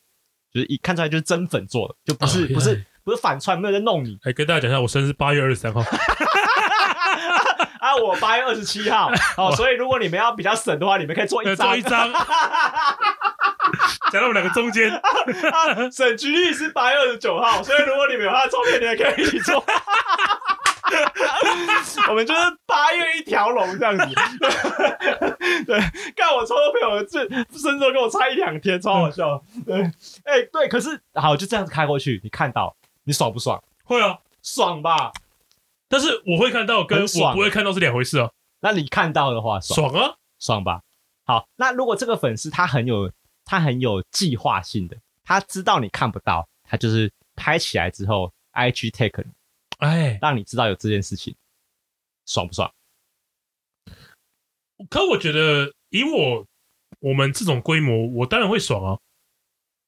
Speaker 1: 就是一看出来就是真粉做的，就不是、
Speaker 2: 哦
Speaker 1: 不
Speaker 2: 原
Speaker 1: 是
Speaker 2: 来
Speaker 1: 不是反串，没有在弄你。
Speaker 2: 哎，跟大家讲一下，我生日八月二十三号，
Speaker 1: 啊，我八月二十七号， 哦，所以如果你们要比较省的话，你们可以做一
Speaker 2: 再做
Speaker 1: 张
Speaker 2: 一， 张，夹到我们两个中 间，
Speaker 1: 啊省局率是八月二十九号，所以如果你们有他的照片，你也可以一起做。 我们就是八月一条龙这样子， 对，干我抽到朋友这甚至跟我差一两天，超好笑。对，哎、对，可是好就这样子开过去，你看到你爽不爽？
Speaker 2: 会啊。
Speaker 1: 爽吧？
Speaker 2: 但是我会看到跟
Speaker 1: 很爽
Speaker 2: 我不会看到是两回事啊，
Speaker 1: 那你看到的话爽
Speaker 2: 爽啊，
Speaker 1: 爽吧。好，那如果这个粉丝他很有他很有计划性的，他知道你看不到，他就是拍起来之后，IG take 你，
Speaker 2: 哎，
Speaker 1: 让你知道有这件事情，爽不爽？
Speaker 2: 可我觉得以我我们这种规模，我当然会爽啊。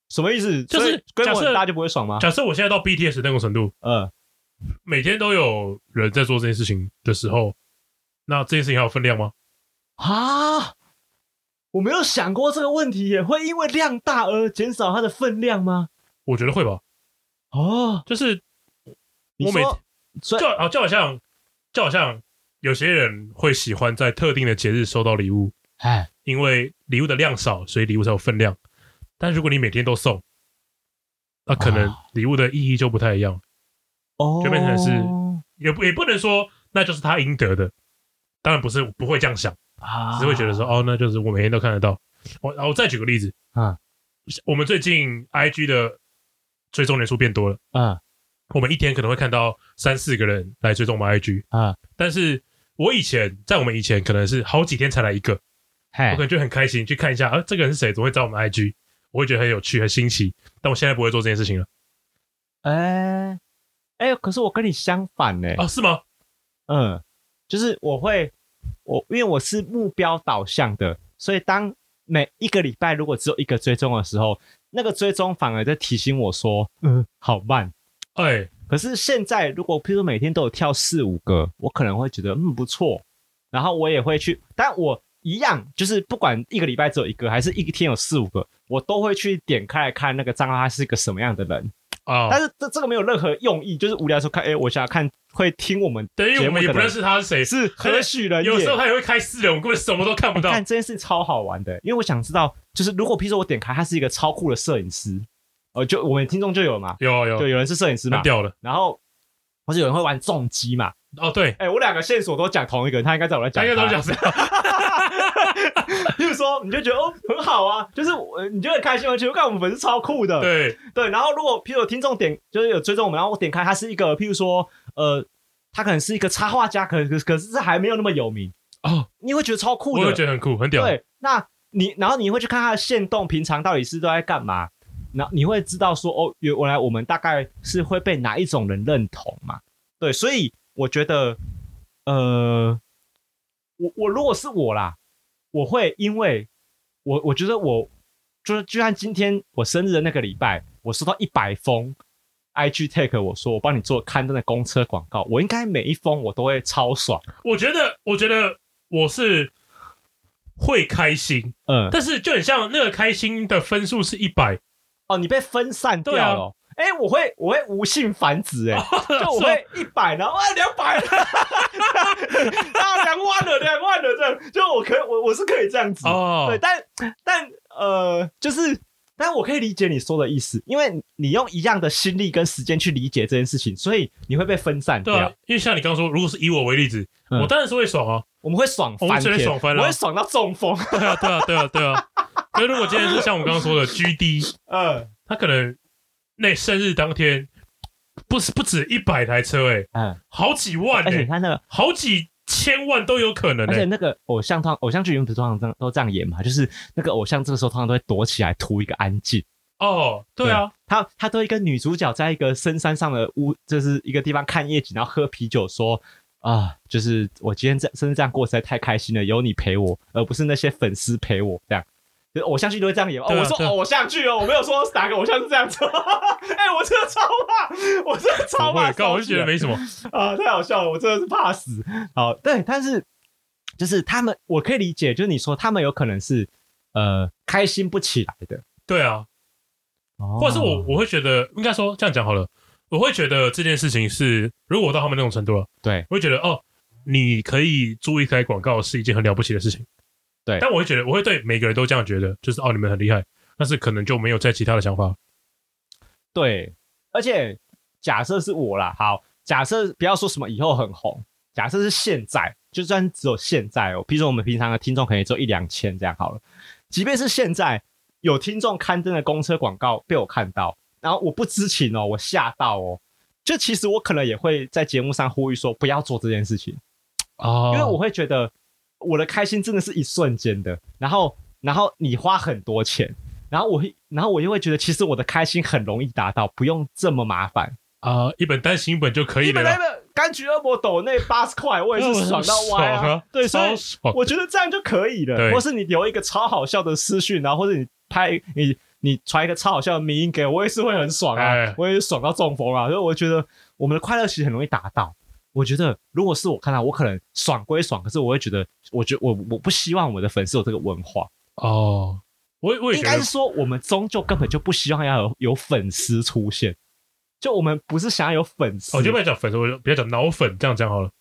Speaker 1: 什么意思？
Speaker 2: 就是
Speaker 1: 所以规模
Speaker 2: 假设
Speaker 1: 很大就不会爽吗？
Speaker 2: 假设我现在到 BTS 那种程度，
Speaker 1: 呃，
Speaker 2: 每天都有人在做这件事情的时候，那这件事情还有分量吗？
Speaker 1: 啊，我没有想过这个问题耶，会因为量大而减少它的分量吗？
Speaker 2: 我觉得会吧。
Speaker 1: 哦，
Speaker 2: 就是
Speaker 1: 你
Speaker 2: 我每
Speaker 1: 说所以
Speaker 2: 就啊，就好像就好像有些人会喜欢在特定的节日收到礼物，
Speaker 1: 哎，
Speaker 2: 因为礼物的量少，所以礼物才有分量。但如果你每天都送，那可
Speaker 1: 啊
Speaker 2: 能礼物的意义就不太一样，
Speaker 1: 哦，
Speaker 2: 就变成是也不也不能说那就是他应得的。当然不是，不会这样想，
Speaker 1: 啊，
Speaker 2: 只是会觉得说，哦，那就是我每天都看得到。我，然后我再举个例子，
Speaker 1: 啊，
Speaker 2: 我们最近 IG 的追踪人数变多了，
Speaker 1: 嗯
Speaker 2: 我们一天可能会看到三四个人来追踪我们 IG，
Speaker 1: 嗯，
Speaker 2: 但是我以前在我们以前可能是好几天才来一个，我
Speaker 1: 嘿
Speaker 2: 可能就很开心去看一下，啊，这个人是谁，怎么会找我们 IG？我会觉得很有趣、很新奇。但我现在不会做这件事情了
Speaker 1: 哎哎，可是我跟你相反呢、
Speaker 2: 啊？是吗？
Speaker 1: 嗯，就是我会我因为我是目标导向的，所以当每一个礼拜如果只有一个追踪的时候，那个追踪反而在提醒我说，嗯，好慢。
Speaker 2: 哎，
Speaker 1: 可是现在如果譬如说每天都有跳四五个，我可能会觉得嗯不错，然后我也会去，但我一样就是不管一个礼拜只有一个，还是一天有四五个，我都会去点开来看那个账号他是一个什么样的人。
Speaker 2: 啊，
Speaker 1: 但是这这个没有任何用意，就是无聊的时候看，哎、我想要看会听我们
Speaker 2: 对，因为
Speaker 1: 节
Speaker 2: 我
Speaker 1: 目
Speaker 2: 们也
Speaker 1: 的
Speaker 2: 不认
Speaker 1: 人
Speaker 2: 识他是谁，
Speaker 1: 是何许人也？
Speaker 2: 有时候他也会开私人，我们根本什么都看不到。
Speaker 1: 看这件事超好玩的，因为我想知道，就是如果譬如说我点开他是一个超酷的摄影师，呃，就我们听众就有嘛，
Speaker 2: 有
Speaker 1: 就
Speaker 2: 有，
Speaker 1: 有人是摄影师
Speaker 2: 蛮
Speaker 1: 嘛，
Speaker 2: 屌的。
Speaker 1: 然后或者有人会玩重击嘛，
Speaker 2: 哦，对，
Speaker 1: 哎、我两个线索都讲同一个人，他应该在我在
Speaker 2: 大
Speaker 1: 讲，
Speaker 2: 家都讲。谁啊？
Speaker 1: 譬如说， 你就觉得哦很好啊，就是我你就很开心，而且我看我们粉丝超酷的，
Speaker 2: 对，
Speaker 1: 对，然后如果譬如有听众点就是有追踪我们，然后我点开他是一个譬如说呃，他可能是一个插画家，可可可是还没有那么有名，
Speaker 2: 哦，
Speaker 1: 你会觉得超酷
Speaker 2: 我
Speaker 1: 的
Speaker 2: 会，觉得很酷，很屌。
Speaker 1: 对，那你然后你会去看他的线动，平常到底是都在干嘛？然后你会知道说哦，原来我们大概是会被哪一种人认同嘛？对，所以我觉得，呃，我我如果是我啦，我会因为我我觉得我就是就像今天我生日的那个礼拜，我收到一百封 IG take 我说我帮你做刊登的公车广告，我应该每一封我都会超爽，
Speaker 2: 我觉得，我觉得我是会开心，
Speaker 1: 嗯，
Speaker 2: 但是就很像那个开心的分数是一百，
Speaker 1: 哦，你被分散掉
Speaker 2: 对啊
Speaker 1: 了哦。哎、我会我会无性繁殖 哎、就我
Speaker 2: 是
Speaker 1: 会一百，然后啊两百， 啊两万了两万了这样，就我可以我我是可以这样子，
Speaker 2: 哦
Speaker 1: 对，但但呃就是，但我可以理解你说的意思，因为你用一样的心力跟时间去理解这件事情，所以你会被分散
Speaker 2: 对
Speaker 1: 掉，
Speaker 2: 啊，因为像你刚刚说，如果是以我为例子，
Speaker 1: 嗯
Speaker 2: 我当然是会爽啊，
Speaker 1: 我们会爽
Speaker 2: 我们
Speaker 1: 翻
Speaker 2: 绝对
Speaker 1: 天，
Speaker 2: 爽翻了
Speaker 1: 我会爽到中风，
Speaker 2: 对啊，对啊，对啊，对 啊。所以如果今天是像我们刚刚说的 GD，
Speaker 1: 嗯
Speaker 2: 他可能那生日当天不是不止一百台车、欸，
Speaker 1: 嗯，
Speaker 2: 好几万、
Speaker 1: 而且
Speaker 2: 欸，
Speaker 1: 你看那个
Speaker 2: 好几千万都有可能、
Speaker 1: 而且
Speaker 2: 欸，
Speaker 1: 那个偶像通偶像剧原本通常这样都这样演嘛，就是那个偶像这个时候通常都会躲起来图一个安静。
Speaker 2: 哦，对啊，
Speaker 1: 他他都会跟女主角在一个深山上的屋，就是一个地方看夜景，然后喝啤酒说。啊，就是我今天这甚至这样过实在太开心了，有你陪我，而不是那些粉丝陪我这样。就是偶像剧都会这样演、
Speaker 2: 对
Speaker 1: 哦。
Speaker 2: 啊
Speaker 1: 我说
Speaker 2: 对啊
Speaker 1: 偶像剧哦，我没有说哪个偶像是这样子。 哎、我真的超怕，我真的超
Speaker 2: 不
Speaker 1: 怕烧起
Speaker 2: 会，
Speaker 1: 来。
Speaker 2: 刚我就觉得没什么，
Speaker 1: 啊，太好笑了，我真的是怕死。好，对，但是就是他们，我可以理解，就是你说他们有可能是呃开心不起来的，
Speaker 2: 对啊，或者是我
Speaker 1: 哦
Speaker 2: 我会觉得，应该说这样讲好了，我会觉得这件事情是，如果我到他们那种程度了，
Speaker 1: 对
Speaker 2: 我会觉得哦，你可以注意开广告是一件很了不起的事情。
Speaker 1: 对
Speaker 2: 但我会觉得，我会对每个人都这样觉得，就是哦，你们很厉害，但是可能就没有在其他的想法。
Speaker 1: 对，而且假设是我啦，好，假设不要说什么以后很红，假设是现在，就算只有现在哦，比如说我们平常的听众可能也只有一两千这样好了，即便是现在有听众刊登的公车广告被我看到，然后我不知情哦，我吓到哦，就其实我可能也会在节目上呼吁说不要做这件事情。
Speaker 2: 哦
Speaker 1: 因为我会觉得我的开心真的是一瞬间的，然后然后你花很多钱，然后我会然后我又会觉得其实我的开心很容易达到，不用这么麻烦。
Speaker 2: 啊、一本单行本就可以
Speaker 1: 你
Speaker 2: 了
Speaker 1: 本来
Speaker 2: 啦。
Speaker 1: 的柑橘恶魔斗那八十块，我也是爽到 歪
Speaker 2: 爽啊
Speaker 1: 对，所以
Speaker 2: 超爽
Speaker 1: 我觉得这样就可以了。
Speaker 2: 对
Speaker 1: 或是你留一个超好笑的私讯，然后或者你拍你你传一个超好笑的迷音给我，我也是会很爽啊
Speaker 2: 哎，
Speaker 1: 我也是爽到中风啊。所以我觉得我们的快乐其实很容易达到。我觉得如果是我看到，我可能爽归爽，可是我会觉得，我觉我我不希望我的粉丝有这个文化。
Speaker 2: 哦，我我也
Speaker 1: 应
Speaker 2: 觉
Speaker 1: 该
Speaker 2: 得
Speaker 1: 是说，我们终究根本就不希望要有有粉丝出现，就我们不是想要有粉丝。
Speaker 2: 哦我就不要讲粉丝，我就不要讲脑粉，这样讲好了。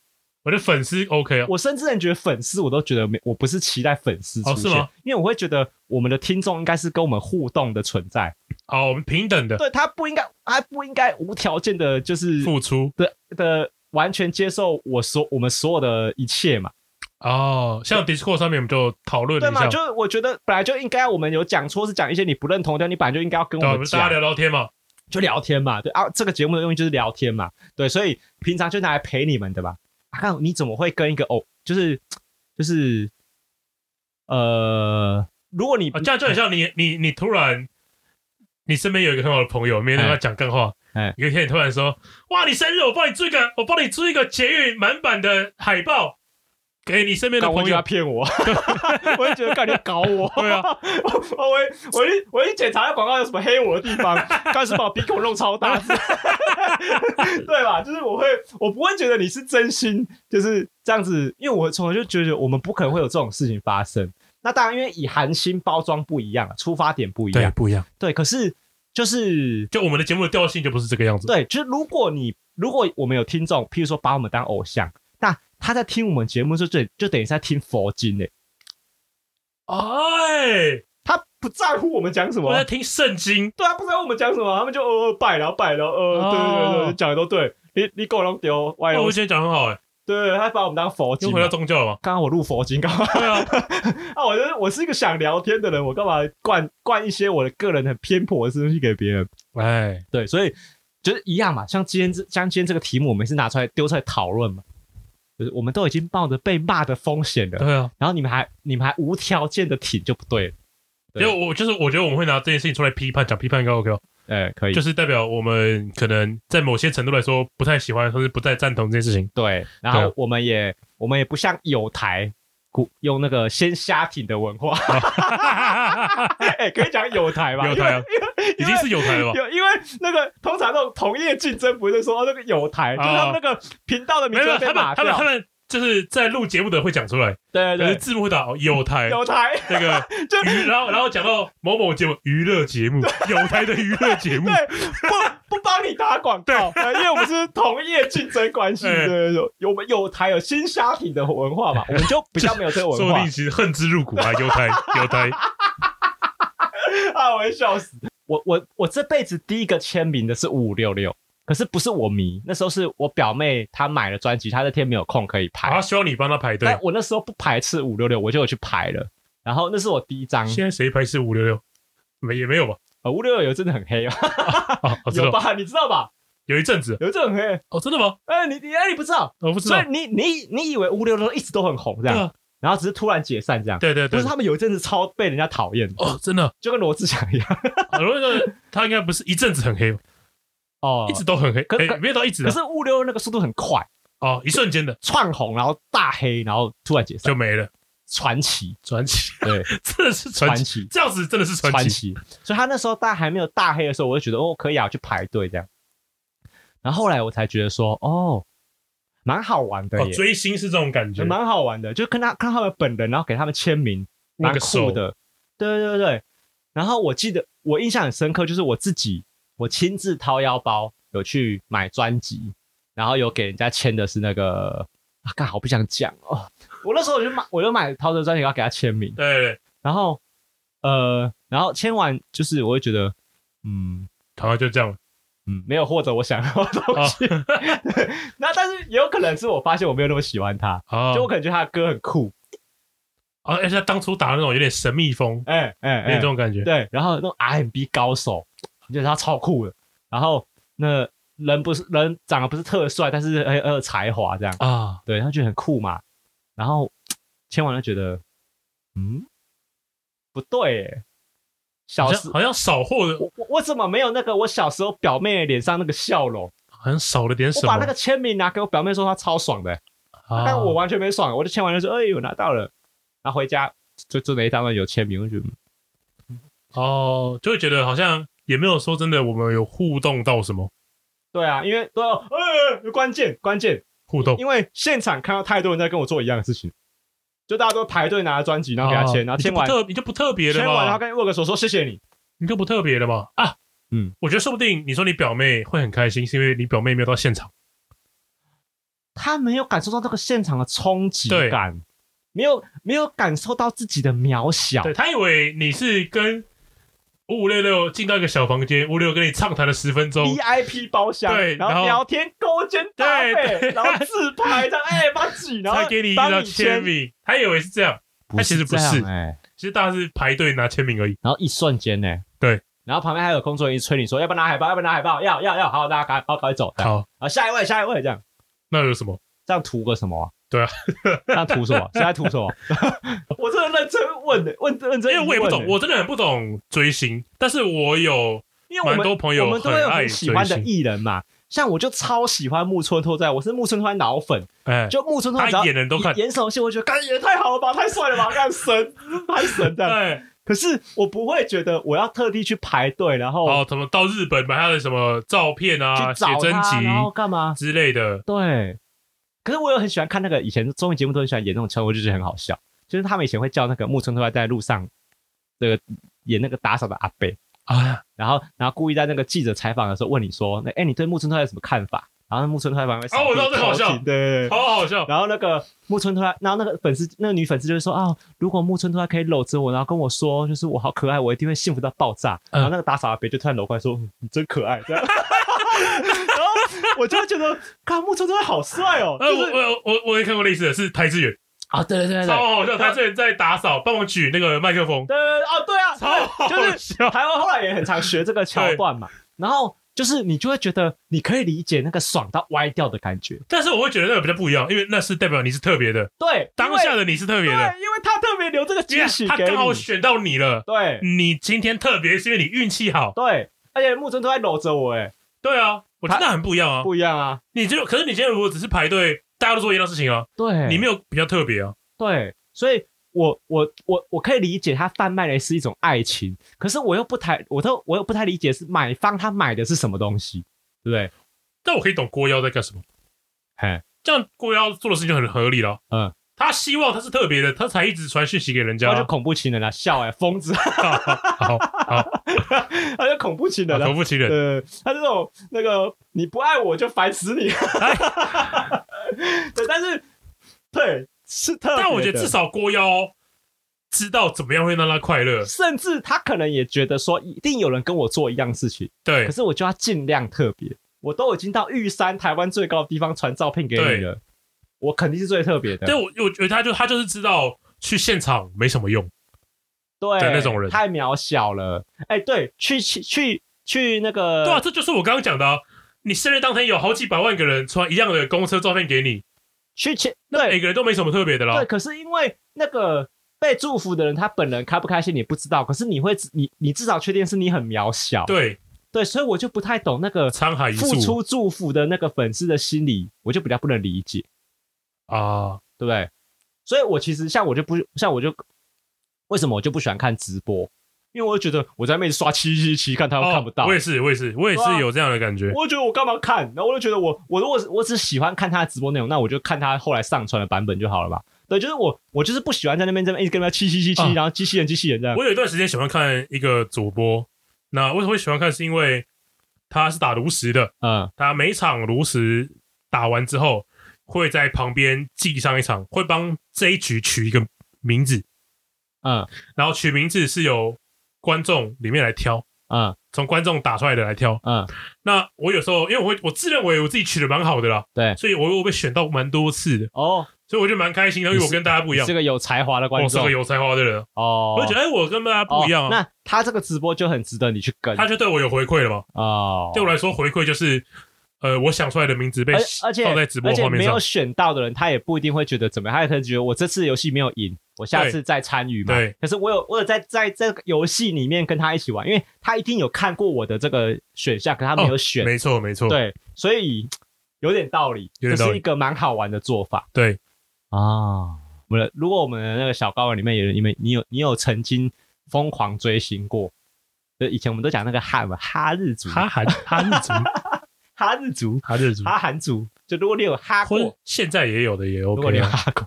Speaker 2: 我的粉丝 OK 啊，
Speaker 1: 我甚至连觉得粉丝，我都觉得没，我不是期待粉丝出
Speaker 2: 哦是
Speaker 1: 现，
Speaker 2: 吗
Speaker 1: 因为我会觉得我们的听众应该是跟我们互动的存在，
Speaker 2: 好，哦我们平等的
Speaker 1: 对他不应该，他不应该无条件的，就是
Speaker 2: 付出
Speaker 1: 的的完全接受我所我们所有的一切嘛，
Speaker 2: 哦。像 Discord 上面我们就讨论了
Speaker 1: 对
Speaker 2: 一
Speaker 1: 嘛？
Speaker 2: 下，
Speaker 1: 就
Speaker 2: 对
Speaker 1: 是我觉得本来就应该我们有讲错是讲一些你不认同的，你本来就应该要跟
Speaker 2: 啊，
Speaker 1: 我
Speaker 2: 我
Speaker 1: 们
Speaker 2: 们大家
Speaker 1: 讲，
Speaker 2: 聊聊天嘛。
Speaker 1: 就聊天嘛，对啊，这个节目的用意就是聊天嘛，对，所以平常就拿来陪你们的吧。啊，看你怎么会跟一个偶，就是就是呃，如果你
Speaker 2: 啊，这样就 很像你你你突然，你身边有一个很好的朋友，每天跟他讲干话，
Speaker 1: 哎
Speaker 2: 有一天你突然说，哇，你生日，我帮你做一个，我帮你做一个捷运满版的海报给你身边的
Speaker 1: 干我
Speaker 2: 朋
Speaker 1: 就要
Speaker 2: 友，
Speaker 1: 骗我， 我就觉得干你搞我，
Speaker 2: 对 啊，
Speaker 1: 我我我一我一检查那广告有什么黑我的地 方，干脆把我鼻孔弄超大，对吧？就是我会我不会觉得你是真心就是这样子，因为我从来就觉得我们不可能会有这种事情发生。那当然，因为以韩星包装不一样，啊出发点不一样，
Speaker 2: 不一样，
Speaker 1: 对。可是就是
Speaker 2: 啊就我们的节目的调性就不是这个样子，
Speaker 1: 对，就是如果你如果我们有听众，譬如说把我们当偶像，那他在听我们节目就等就等于是在听佛经诶、
Speaker 2: 哎，
Speaker 1: 他不在乎我们讲什么
Speaker 2: 我，在听圣经，
Speaker 1: 对啊，不知道我们讲什么，他们就呃呃拜，然后拜，然后呃，对对对
Speaker 2: 哦
Speaker 1: 对，讲的都对。你你狗龙丢歪
Speaker 2: 哦，
Speaker 1: 龙
Speaker 2: 我，觉得讲得很好，哎，
Speaker 1: 对，他把我们当佛
Speaker 2: 又
Speaker 1: 经嘛。啊
Speaker 2: 回到宗 教了嘛，
Speaker 1: 刚刚我录佛经，刚刚
Speaker 2: 对啊，
Speaker 1: 啊，我就是我是一个想聊天的人，我干嘛灌灌一些我的个人很偏颇的东西给别人？
Speaker 2: 哎，
Speaker 1: 对，所以就是一样嘛，像今天这像今天这个题目，我们是拿出来丢出来讨论嘛，就是我们都已经冒着被骂的风险了，
Speaker 2: 对啊，
Speaker 1: 然后你们还你们还无条件的挺就不对了，对
Speaker 2: 因为我啊就是我觉得我们会拿这件事情出来批判，讲批判应该 OK 哦，
Speaker 1: 哎，可以，
Speaker 2: 就是是代表我们可能在某些程度来说不太喜欢，或是不太赞同这件事情，
Speaker 1: 对，然
Speaker 2: 对
Speaker 1: 后
Speaker 2: 啊
Speaker 1: 我们也我们也不像有台。古用那个先瞎挺的文 化，哎、可以讲有台吧？
Speaker 2: 有台啊
Speaker 1: 因为，
Speaker 2: 已经是有台了吧
Speaker 1: 因为。有，因为那个通常那种同业竞争不是说、哦那个有台，就是他们那个频道的
Speaker 2: 没
Speaker 1: 名
Speaker 2: 有，
Speaker 1: 字会
Speaker 2: 啊没有
Speaker 1: 被
Speaker 2: 他
Speaker 1: 码
Speaker 2: 们他们他
Speaker 1: 掉。
Speaker 2: 们就是在录节目的会讲出来，
Speaker 1: 对
Speaker 2: 可是
Speaker 1: 对
Speaker 2: 字幕会打哦有台
Speaker 1: 对，有台，
Speaker 2: 那个
Speaker 1: 就
Speaker 2: 娱，然后然后讲到某某节目娱乐节目，有台的娱乐节目，
Speaker 1: 对，不不帮你打广告，呃因为我们是同业竞争关 系，对
Speaker 2: 哎
Speaker 1: 对对，有我们有台有新虾艇的文化嘛，我们就比较没有这个 文
Speaker 2: 说不
Speaker 1: 化
Speaker 2: 定其实恨之入骨啊，有台 有台，
Speaker 1: 啊，我会笑死。我我我这辈子第一个签名的是五五六六，可是不是我迷，那时候是我表妹她买了专辑，她那天没有空可以
Speaker 2: 然后
Speaker 1: 排，
Speaker 2: 希望你帮他排队
Speaker 1: 但。我那时候不排斥五六六，我就有去排了。然后那是我第一张，
Speaker 2: 嗯现在谁排是五六六？没也 没有吧？
Speaker 1: 呃，五六六有真的很黑吗？
Speaker 2: 哦，哦真
Speaker 1: 有
Speaker 2: 的哦
Speaker 1: 吧？你知道吧？
Speaker 2: 有一阵子
Speaker 1: 有这很黑？
Speaker 2: 哦，真的吗？哦
Speaker 1: 哎，你你哎你不知道，
Speaker 2: 我不知
Speaker 1: 所
Speaker 2: 道
Speaker 1: 以。你你你以为五六六一直都很红这
Speaker 2: 对
Speaker 1: 样？
Speaker 2: 啊
Speaker 1: 然后只是突然解散这样。
Speaker 2: 对对
Speaker 1: 不
Speaker 2: 对
Speaker 1: 是，他们有一阵子超被人家讨厌，
Speaker 2: 哦，真的。哦
Speaker 1: 就跟罗志祥一样。
Speaker 2: 然后那个他应该不是一阵子很黑吧，
Speaker 1: 哦
Speaker 2: 一直都很黑，
Speaker 1: 可
Speaker 2: 哎
Speaker 1: 可
Speaker 2: 没有到一直
Speaker 1: 可
Speaker 2: 啊
Speaker 1: 是物流那个速度很快，
Speaker 2: 哦，一瞬间的
Speaker 1: 窜红，然后大黑，然后突然解散
Speaker 2: 就，没了。
Speaker 1: 传奇，
Speaker 2: 传奇
Speaker 1: 对，
Speaker 2: 真的是传
Speaker 1: 传
Speaker 2: 奇，
Speaker 1: 奇，
Speaker 2: 这样子真的是传
Speaker 1: 传
Speaker 2: 奇。
Speaker 1: 奇。所以他那时候大家还没有大黑的时候，我就觉得哦可以啊，我去排队这样。然后后来我才觉得说哦，蛮好玩的
Speaker 2: 哦，
Speaker 1: 耶，
Speaker 2: 追星是这种感觉，
Speaker 1: 蛮好玩的，就跟他看他们本人，然后给他们签名，
Speaker 2: 那
Speaker 1: 蛮
Speaker 2: 个
Speaker 1: 酷
Speaker 2: 手
Speaker 1: 的。对对对对。然后我记得我印象很深刻，就是我自己我亲自掏腰包有去买专辑，然后有给人家签的是那个啊，干好不想讲哦。我那时候我就买，我就买陶喆的专辑，要给他签名。
Speaker 2: 对，
Speaker 1: 然后呃，然后签完就是我会觉得，嗯
Speaker 2: 好像就这样了。
Speaker 1: 嗯，没有获得我想要的
Speaker 2: 哦
Speaker 1: 东西。 那但是也有可能是我发现我没有那么喜欢他，
Speaker 2: 啊
Speaker 1: 就我可能觉得他的歌很酷，
Speaker 2: 啊，而且他当初打那种有点神秘风，
Speaker 1: 哎哎
Speaker 2: 有
Speaker 1: 哎
Speaker 2: 点这，种感觉。
Speaker 1: 对，然后那种 R&B 高手，我觉得他超酷的。然后那人不是人长得不是特帅，但是很很有才华这样。
Speaker 2: 啊，
Speaker 1: 对，他觉得很酷嘛。然后签完了觉得，嗯，不对耶，小
Speaker 2: 好
Speaker 1: 时
Speaker 2: 像好像少获了，
Speaker 1: 我我我怎么没有那个我小时候表妹脸上那个笑容？
Speaker 2: 好像少了点
Speaker 1: 我
Speaker 2: 什么。
Speaker 1: 把那个签名拿给我表妹说她超爽的耶，
Speaker 2: 啊，
Speaker 1: 但我完全没爽，我就签完就说哎我拿到了，然后回家就就那一张专辑有签名，我就觉得嗯
Speaker 2: 哦，就会觉得好像也没有说真的，我们有互动到什么
Speaker 1: 对啊，因为对啊，呃关键关键，
Speaker 2: 互动。
Speaker 1: 因为现场看到太多人在跟我做一样的事情，就大家都排队拿着专辑然后给他签，然
Speaker 2: 啊
Speaker 1: 后
Speaker 2: 你就
Speaker 1: 签
Speaker 2: 不
Speaker 1: 完
Speaker 2: 特你就不特别
Speaker 1: 签
Speaker 2: 了
Speaker 1: 完然后
Speaker 2: 吧？
Speaker 1: 跟握个手说谢谢你，
Speaker 2: 你就不特别了吧？啊，
Speaker 1: 嗯，
Speaker 2: 我觉得说不定你说你表妹会很开心，是因为你表妹没有到现场。
Speaker 1: 他没有感受到这个现场的冲击感，没有没有感受到自己的渺小。
Speaker 2: 对他以为你是跟五五六六进到一个小房间，五六跟你畅谈了十分钟，
Speaker 1: VIP 包厢，
Speaker 2: 对
Speaker 1: 然
Speaker 2: 然后
Speaker 1: 后聊天勾肩搭背
Speaker 2: 对，
Speaker 1: 然后自拍这样，哎，把举，然后
Speaker 2: 才给你一
Speaker 1: 帮
Speaker 2: 张
Speaker 1: 你
Speaker 2: 签，名，他以为是这样，他其实不
Speaker 1: 这
Speaker 2: 是
Speaker 1: 样哎，
Speaker 2: 其实大家是排队拿签名而已。
Speaker 1: 然后一瞬间呢，
Speaker 2: 对，
Speaker 1: 然后旁边还有工作人员一直催你说，要不要拿海报，要不要拿海报，要要要，好，大家赶好赶快走，啊，
Speaker 2: 好，
Speaker 1: 好下一位下一位这样，
Speaker 2: 那有什么？
Speaker 1: 这样图个什么啊？
Speaker 2: 对啊，
Speaker 1: 这样图什么？现在图什么？ 我真的认真问的，问认真疑问的，欸
Speaker 2: 因为哎我也不懂，我真的很不懂追星，但是我有
Speaker 1: 因为我
Speaker 2: 蛮
Speaker 1: 们
Speaker 2: 多朋友
Speaker 1: 我们都
Speaker 2: 很
Speaker 1: 会有
Speaker 2: 爱
Speaker 1: 很喜欢的
Speaker 2: 追星，
Speaker 1: 艺人嘛。像我就超喜欢木村拓哉，我是木村拓哉脑粉，
Speaker 2: 哎，
Speaker 1: 就木村拓哉只
Speaker 2: 他
Speaker 1: 要
Speaker 2: 演人都看，
Speaker 1: 演什么戏，我就觉得干演得太好了吧，太帅了 吧，干神，太神的。
Speaker 2: 对，
Speaker 1: 可是我不会觉得我要特地去排队，然后
Speaker 2: 哦，什么到日本买他的什么照片啊、
Speaker 1: 去
Speaker 2: 写
Speaker 1: 找
Speaker 2: 真
Speaker 1: 他，然后
Speaker 2: 集
Speaker 1: 干嘛？
Speaker 2: 之类的，
Speaker 1: 对。可是我又很喜欢看那个以前综艺节目都很喜欢演那种称呼，我就觉得很好笑。就是他们以前会叫那个木村拓哉在路上，那个演那个打扫的阿贝，
Speaker 2: 啊，
Speaker 1: 然后然后故意在那个记者采访的时候问你说，那哎你对木村拓哉有什么看法？然后木村拓哉旁边
Speaker 2: 啊我知道这个好笑
Speaker 1: 对对对。
Speaker 2: 好好笑，
Speaker 1: 然后那个木村拓哉，然后那个粉丝，那个女粉丝就会说啊，如果木村拓哉可以搂着我，然后跟我说，就是我好可爱，我一定会幸福到爆炸。
Speaker 2: 嗯
Speaker 1: 然后那个打扫阿伯就突然搂过来说，嗯你真可爱，这样。 然后我就会觉得，看木村拓哉好帅哦，
Speaker 2: 呃，
Speaker 1: 就
Speaker 2: 我
Speaker 1: 是
Speaker 2: 我我我也看过类似的，是台志远，
Speaker 1: 啊，对对对
Speaker 2: 超好笑，他之前在打扫，帮我举那个麦克风，
Speaker 1: 对对对哦，对啊，
Speaker 2: 超好
Speaker 1: 对就是
Speaker 2: 笑
Speaker 1: 台湾后来也很常学这个桥段嘛，然后就是你就会觉得你可以理解那个爽到歪掉的感觉，
Speaker 2: 但是我会觉得那个比较不一样，因为那是代表你是特别的，
Speaker 1: 对，
Speaker 2: 当下的你是特
Speaker 1: 因
Speaker 2: 别
Speaker 1: 为
Speaker 2: 的，
Speaker 1: 对，因为他特别留这个
Speaker 2: 因
Speaker 1: 惊
Speaker 2: 为
Speaker 1: 喜
Speaker 2: 他
Speaker 1: 给
Speaker 2: 刚好
Speaker 1: 你，
Speaker 2: 选到你了，
Speaker 1: 对
Speaker 2: 你今天特别是因为你运气好，
Speaker 1: 对，而且木村都在搂着我，哎，
Speaker 2: 对啊，我觉得那很不一样啊，
Speaker 1: 不一样啊，
Speaker 2: 你就可是你今天如果只是排队，大家都做一样的事情啊，
Speaker 1: 对，
Speaker 2: 你没有比较特别啊，
Speaker 1: 对，所以我我我我可以理解他贩卖的是一种爱情，可是我又不太，我都我又不太理解是买方他买的是什么东西，对不对？
Speaker 2: 但我可以懂郭妖在干什么，
Speaker 1: 嘿，
Speaker 2: 这样郭妖做的事情就很合理了，
Speaker 1: 嗯。
Speaker 2: 他希望他是特别的，他才一直传讯息给人家
Speaker 1: 然后就
Speaker 2: 啊。
Speaker 1: 恐怖情人啊，笑哎、疯子，
Speaker 2: 好好好，
Speaker 1: 他就恐怖情人啊
Speaker 2: 头，部情人，
Speaker 1: 呃，他这种那个你不爱我就烦死 你，对，但是对是特别的，
Speaker 2: 但我觉得至少郭妖知道怎么样会让他快乐。
Speaker 1: 甚至他可能也觉得说一定有人跟我做一样事情，
Speaker 2: 对
Speaker 1: 可，是我就要尽量特别，我都已经到玉山台湾最高的地方传照片给你了，我肯定是最特别的，
Speaker 2: 对我我觉得他就他就是知道去现场没什么用，
Speaker 1: 对
Speaker 2: 的那种人
Speaker 1: 太渺小了，哎，对，去去去去那个，
Speaker 2: 对啊，这就是我刚刚讲的啊。你生日当天有好几百万个人穿一样的公车照片给你，
Speaker 1: 去去
Speaker 2: 那
Speaker 1: 对
Speaker 2: 每个人都没什么特别的
Speaker 1: 对，
Speaker 2: 啦。
Speaker 1: 可是因为那个被祝福的人，他本人开不开心你不知道，可是你会你你至少确定是你很渺小，
Speaker 2: 对，
Speaker 1: 对所以我就不太懂那个
Speaker 2: 沧海一
Speaker 1: 付
Speaker 2: 粟
Speaker 1: 出祝福的那个粉丝的心理，我就比较不能理解，
Speaker 2: 啊，
Speaker 1: 对不对？所以我其实像我就不像我就为什么我就不喜欢看直播，因为我就觉得我在那边刷七七七看他又
Speaker 2: 哦
Speaker 1: 看不到。
Speaker 2: 我也是，我也是，我也
Speaker 1: 对啊
Speaker 2: 是有这样的感觉。
Speaker 1: 我就觉得我干嘛看？然后我就觉得我我如果我只喜欢看他的直播内容，那我就看他后来上传的版本就好了嘛。对，就是我我就是不喜欢在那边这边一直跟他七七七七
Speaker 2: 啊，
Speaker 1: 然后机器人机器人这样。
Speaker 2: 我有一段时间喜欢看一个主播，那为什么会喜欢看？是因为他是打炉石的，
Speaker 1: 嗯
Speaker 2: 他每一场炉石打完之后会在旁边记上一场，会帮这一局取一个名字，
Speaker 1: 嗯
Speaker 2: 然后取名字是由观众里面来挑，
Speaker 1: 嗯
Speaker 2: 从观众打出来的来挑。
Speaker 1: 嗯，
Speaker 2: 那我有时候因为我会我自认为我自己取的蛮好的啦，
Speaker 1: 对，
Speaker 2: 所以我我被选到蛮多次的，
Speaker 1: 哦，
Speaker 2: 所以我就蛮开心的，因为我跟大家不一样
Speaker 1: 是，个有才华的观
Speaker 2: 我是
Speaker 1: 众
Speaker 2: 个有才华的人，
Speaker 1: 哦，
Speaker 2: 我就觉得哎，我跟大家不一样
Speaker 1: 哦
Speaker 2: 啊。
Speaker 1: 那他这个直播就很值得你去跟
Speaker 2: 他就对我有回馈了嘛？
Speaker 1: 哦，
Speaker 2: 对我来说，回馈就是，呃，我想出来的名字被
Speaker 1: 而而且
Speaker 2: 放在直播
Speaker 1: 而且
Speaker 2: 画面
Speaker 1: 没
Speaker 2: 上
Speaker 1: 有，选到的人，他也不一定会觉得怎么样，他也可能觉得我这次游戏没有赢，我下次再参与嘛。
Speaker 2: 对
Speaker 1: 可是我有我有在在这个游戏里面跟他一起玩，因为他一定有看过我的这个选项，可他没有选，
Speaker 2: 哦没错没错，
Speaker 1: 对，所以有点道理，
Speaker 2: 有点道理
Speaker 1: 这是一个蛮好玩的做法
Speaker 2: 对，
Speaker 1: 啊。我们的如果我们的那个小高文里面有你们你有你有曾经疯狂追星过，就以前我们都讲那个汉嘛哈日族
Speaker 2: 哈韩哈日族，
Speaker 1: 哈日族
Speaker 2: 哈 日族，
Speaker 1: 哈韩族，就如果你有哈过
Speaker 2: 或。现在也有的也
Speaker 1: 如果你
Speaker 2: OK
Speaker 1: 有
Speaker 2: 啊。
Speaker 1: 哈过，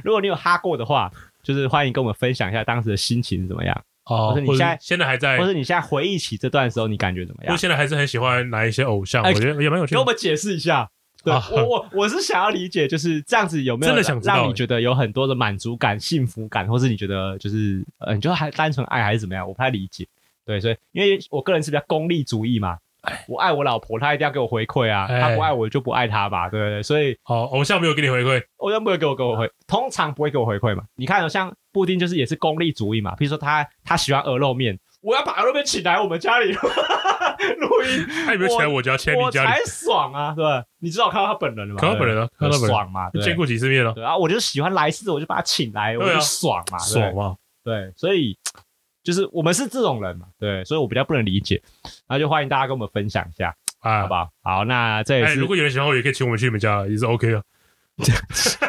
Speaker 1: 如果你有哈过的话，就是欢迎跟我们分享一下当时的心情是怎么样，
Speaker 2: 哦
Speaker 1: 或者你
Speaker 2: 或
Speaker 1: 现
Speaker 2: 者
Speaker 1: 在
Speaker 2: 现在还在，
Speaker 1: 或
Speaker 2: 或
Speaker 1: 者你现在回忆起这段的时候，你感觉怎么
Speaker 2: 者
Speaker 1: 样？
Speaker 2: 现在还是很喜欢哪一些偶像，
Speaker 1: 哎
Speaker 2: 我觉得也蛮有趣
Speaker 1: 给我
Speaker 2: 的。
Speaker 1: 们解释一下。对
Speaker 2: 啊
Speaker 1: 我我我是想要理解，就是这样子有没有
Speaker 2: 真的想知道
Speaker 1: 让
Speaker 2: 欸
Speaker 1: 你觉得有很多的满足感、幸福感，或是你觉得就是呃，你就还单纯爱还是怎么样？我不太理解。对，所以因为我个人是比较功利主义嘛，我爱我老婆，她一定要给我回馈啊，
Speaker 2: 哎
Speaker 1: 她不爱我就不爱她嘛，对不对？所以
Speaker 2: 哦，偶像没有给你回馈，
Speaker 1: 偶哦像不会给我给我
Speaker 2: 啊
Speaker 1: 回，通常不会给我回馈嘛。你看哦，像布丁就是也是功利主义嘛，比如说他他喜欢鹅肉面，我要把鹅肉面请来我们家里 录音，
Speaker 2: 他有没有起来我家，签你
Speaker 1: 我
Speaker 2: 家
Speaker 1: 才
Speaker 2: 里，
Speaker 1: 爽啊，对吧？你知道我看到他本人了吗？
Speaker 2: 看到本人
Speaker 1: 对不
Speaker 2: 了
Speaker 1: 对
Speaker 2: 看到本人啊
Speaker 1: 很爽嘛，对不对
Speaker 2: 见过几次面了，
Speaker 1: 对啊，我就喜欢来世，我就把他请来，我
Speaker 2: 对啊
Speaker 1: 就爽嘛，对不对
Speaker 2: 爽啊嘛？
Speaker 1: 对，所以就是我们是这种人嘛，对，所以我比较不能理解，那就欢迎大家跟我们分享一下，好
Speaker 2: 啊
Speaker 1: 不，好？好，那这也
Speaker 2: 哎，
Speaker 1: 是
Speaker 2: 如果有人喜欢我，也可以请我们去你们家，也是 OK 的。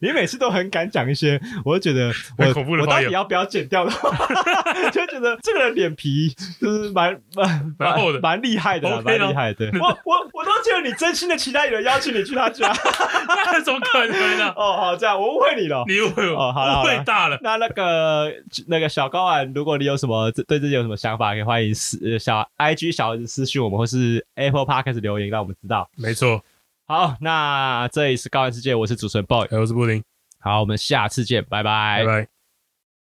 Speaker 1: 你每次都很敢讲一些，我就觉得我
Speaker 2: 很恐怖的
Speaker 1: 我
Speaker 2: 发
Speaker 1: 到
Speaker 2: 言
Speaker 1: 底要不要剪掉的话， 就觉得这个人脸皮就是蛮蛮
Speaker 2: 蛮厚的
Speaker 1: 蛮厉害的啦，
Speaker 2: OK
Speaker 1: 蛮
Speaker 2: 咯
Speaker 1: 厉害 的。对我我我都觉得你真心的期待有人邀请你去他家。
Speaker 2: 哎那怎么可能呢？
Speaker 1: 哦，好，这样我误会你了。
Speaker 2: 你误会我，
Speaker 1: 哦好了
Speaker 2: 误
Speaker 1: 好了
Speaker 2: 会大了。
Speaker 1: 那那个那个小高啊，如果你有什么对自己有什么想法，可以欢迎私呃小 IG 小盒子私讯我们，或是 Apple Podcast 留言让我们知道。
Speaker 2: 没错，
Speaker 1: 好，那这里是高玩世界，我是主持人 boy。
Speaker 2: 哎我是布丁，
Speaker 1: 好，我们下次见，拜
Speaker 2: 拜拜。